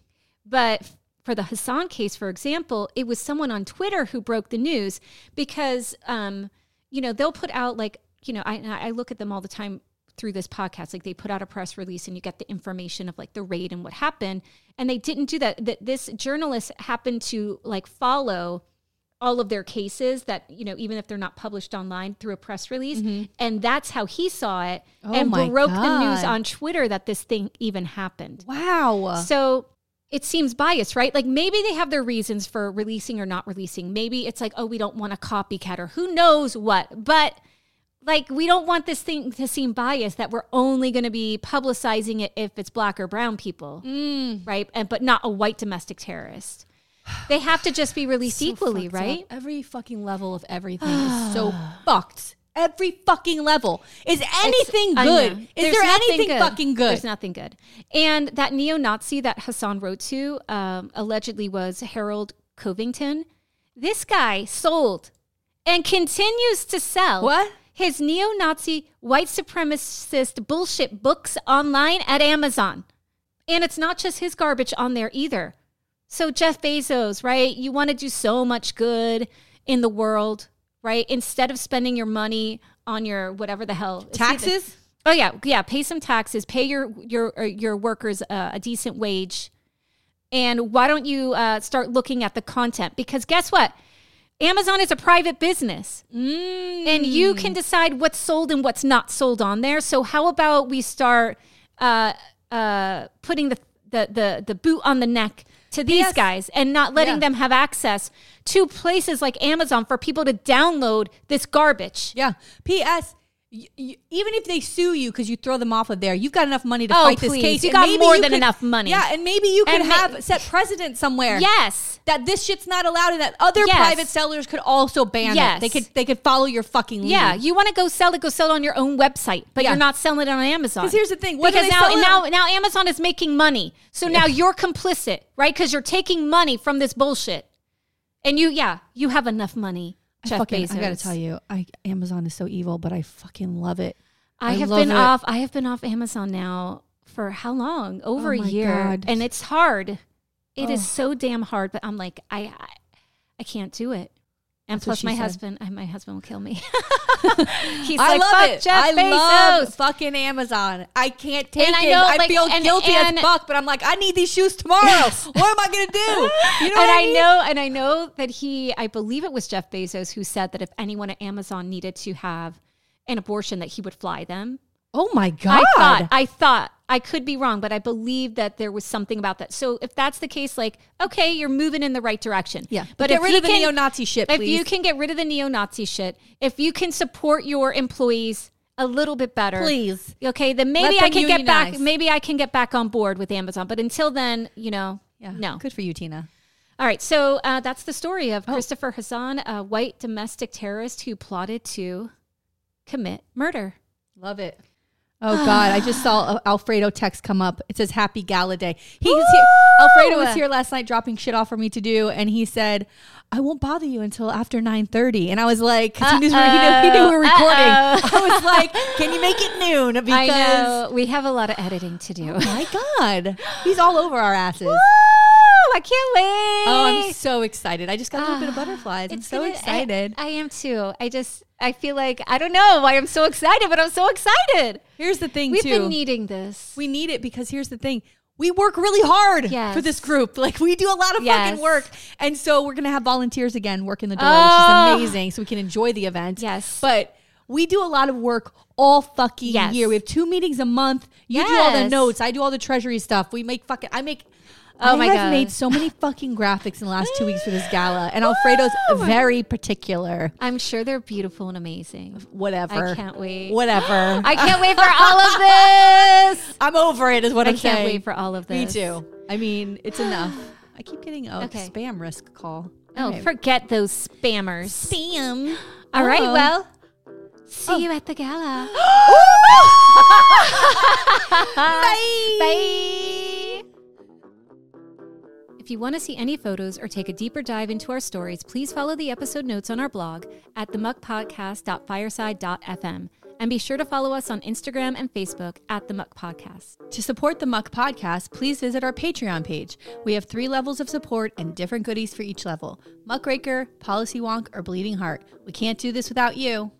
But f- for the Hassan case, for example, it was someone on Twitter who broke the news because, um, you know, they'll put out like, you know, I, and I I look at them all the time through this podcast. Like they put out a press release and you get the information of like the raid and what happened. And they didn't do that. That this journalist happened to like follow all of their cases that you know even if they're not published online through a press release and that's how he saw it Mm-hmm. Oh and my broke the news God. on twitter that this thing even happened Wow. so it seems biased, right? Like maybe they have their reasons for releasing or not releasing. Maybe it's like, oh, we don't want a copycat or who knows what. But like we don't want this thing to seem biased that we're only going to be publicizing it if it's black or brown people, Mm. right? And but not a white domestic terrorist. They have to just be released equally, fucked up. right? Every fucking level of everything is so fucked. Every fucking level. Is anything I good? know. Is There's there nothing anything fucking good? There's nothing good. And that neo Nazi that Hassan wrote to um, allegedly was Harold Covington. This guy sold and continues to sell What? his neo Nazi white supremacist bullshit books online at Amazon. And it's not just his garbage on there either. So, Jeff Bezos, right? You want to do so much good in the world, right? Instead of spending your money on your whatever the hell it's either- Taxes? Oh yeah, yeah. Pay some taxes. Pay your your or your workers uh, a decent wage, and why don't you uh, start looking at the content? Because guess what, Amazon is a private business, and you Mm. can decide what's sold and what's not sold on there. So how about we start uh, uh, putting the, the the the boot on the neck to these Yes. guys and not letting Yeah. them have access to places like Amazon for people to download this garbage. Yeah. P.S. y- y- even if they sue you because you throw them off of there, you've got enough money to Oh, fight this please. case. You And got maybe more than could- enough money. Yeah, and maybe you could And ma- have set precedent somewhere. Yes. that this shit's not allowed and that other Yes. private sellers could also ban Yes. it. They could they could follow your fucking lead. Yeah, you want to go sell it, go sell it on your own website, but Mm-hmm. Yeah. you're not selling it on Amazon. 'Cause here's the thing, whether because they now sell it now on- now Amazon is making money, so now you're complicit, right? Because you're taking money from this bullshit, and you yeah, you have enough money. I Jeff fucking, Bezos. I gotta tell you, I Amazon is so evil, but I fucking love it. I, I have love been it. off. I have been off Amazon now for how long? Over Oh my a year, God. and it's hard. It is so damn hard. But I'm like, I, I, I can't do it. And what plus, she my said. husband, I, my husband will kill me. He's I like, love "Fuck it. Jeff I Bezos." love fucking Amazon. I can't take I it. know, I like, feel and- guilty and- as fuck, but I'm like, I need these shoes tomorrow. what am I gonna do? You know and what I, I, mean? know, and I know that he, I believe it was Jeff Bezos who said that if anyone at Amazon needed to have an abortion, that he would fly them. Oh my god! I thought, I thought, I could be wrong, but I believe that there was something about that. So if that's the case, like, okay, you're moving in the right direction. Yeah. But Get if rid he of the can- neo-Nazi shit, If please. you can get rid of the neo Nazi shit, if you can support your employees a little bit better. Please. Okay, then maybe Let I them can get back unionize. maybe I can get back on board with Amazon. But until then, you know, Yeah. no. Good for you, Tina. All right, so uh, that's the story Oh. of Christopher Hassan, a white domestic terrorist who plotted to commit murder. Love it. Oh God! I just saw a Alfredo text come up. It says "Happy Gala Day." He was here. Alfredo was here last night dropping shit off for me to do, and he said, "I won't bother you until after 9.30. And I was like, 'cause he, knew, he, knew, he knew we were recording. Uh-oh. I was like, "Can you make it noon?" Because I know we have a lot of editing to do. my God, he's all over our asses. Oh, I can't wait. Oh, I'm so excited! I just got a little bit of butterflies. I'm so gonna- I- excited. I, am too. I just I feel like I don't know why I'm so excited, but I'm so excited. Here's the thing, We've too. been needing this. We need it because here's the thing. We work really hard Yes. for this group. Like we do a lot of Yes. fucking work. And so we're gonna have volunteers again work in the door, Oh. which is amazing. So we can enjoy the event. Yes. But we do a lot of work all fucking Yes. year. We have two meetings a month. You do all the Yes. notes. I do all the treasury stuff. We make fucking I make Oh I my have God. made so many fucking graphics in the last two weeks for this gala. And Alfredo's very particular. I'm sure they're beautiful and amazing. Whatever. I can't wait. Whatever. I can't wait for all of this. I'm over it is what I I'm can't saying. wait for all of this. Me too. I mean, it's enough. I keep getting a Okay. spam risk call. Oh, forget those spammers. spam. All right, Oh. well, see you at the gala. Bye. Bye. If you want to see any photos or take a deeper dive into our stories, please follow the episode notes on our blog at themuckpodcast.fireside.fm. And be sure to follow us on Instagram and Facebook at The Muck Podcast. To support the Muck Podcast, please visit our Patreon page. We have three levels of support and different goodies for each level Muckraker, Policy Wonk, or Bleeding Heart. We can't do this without you.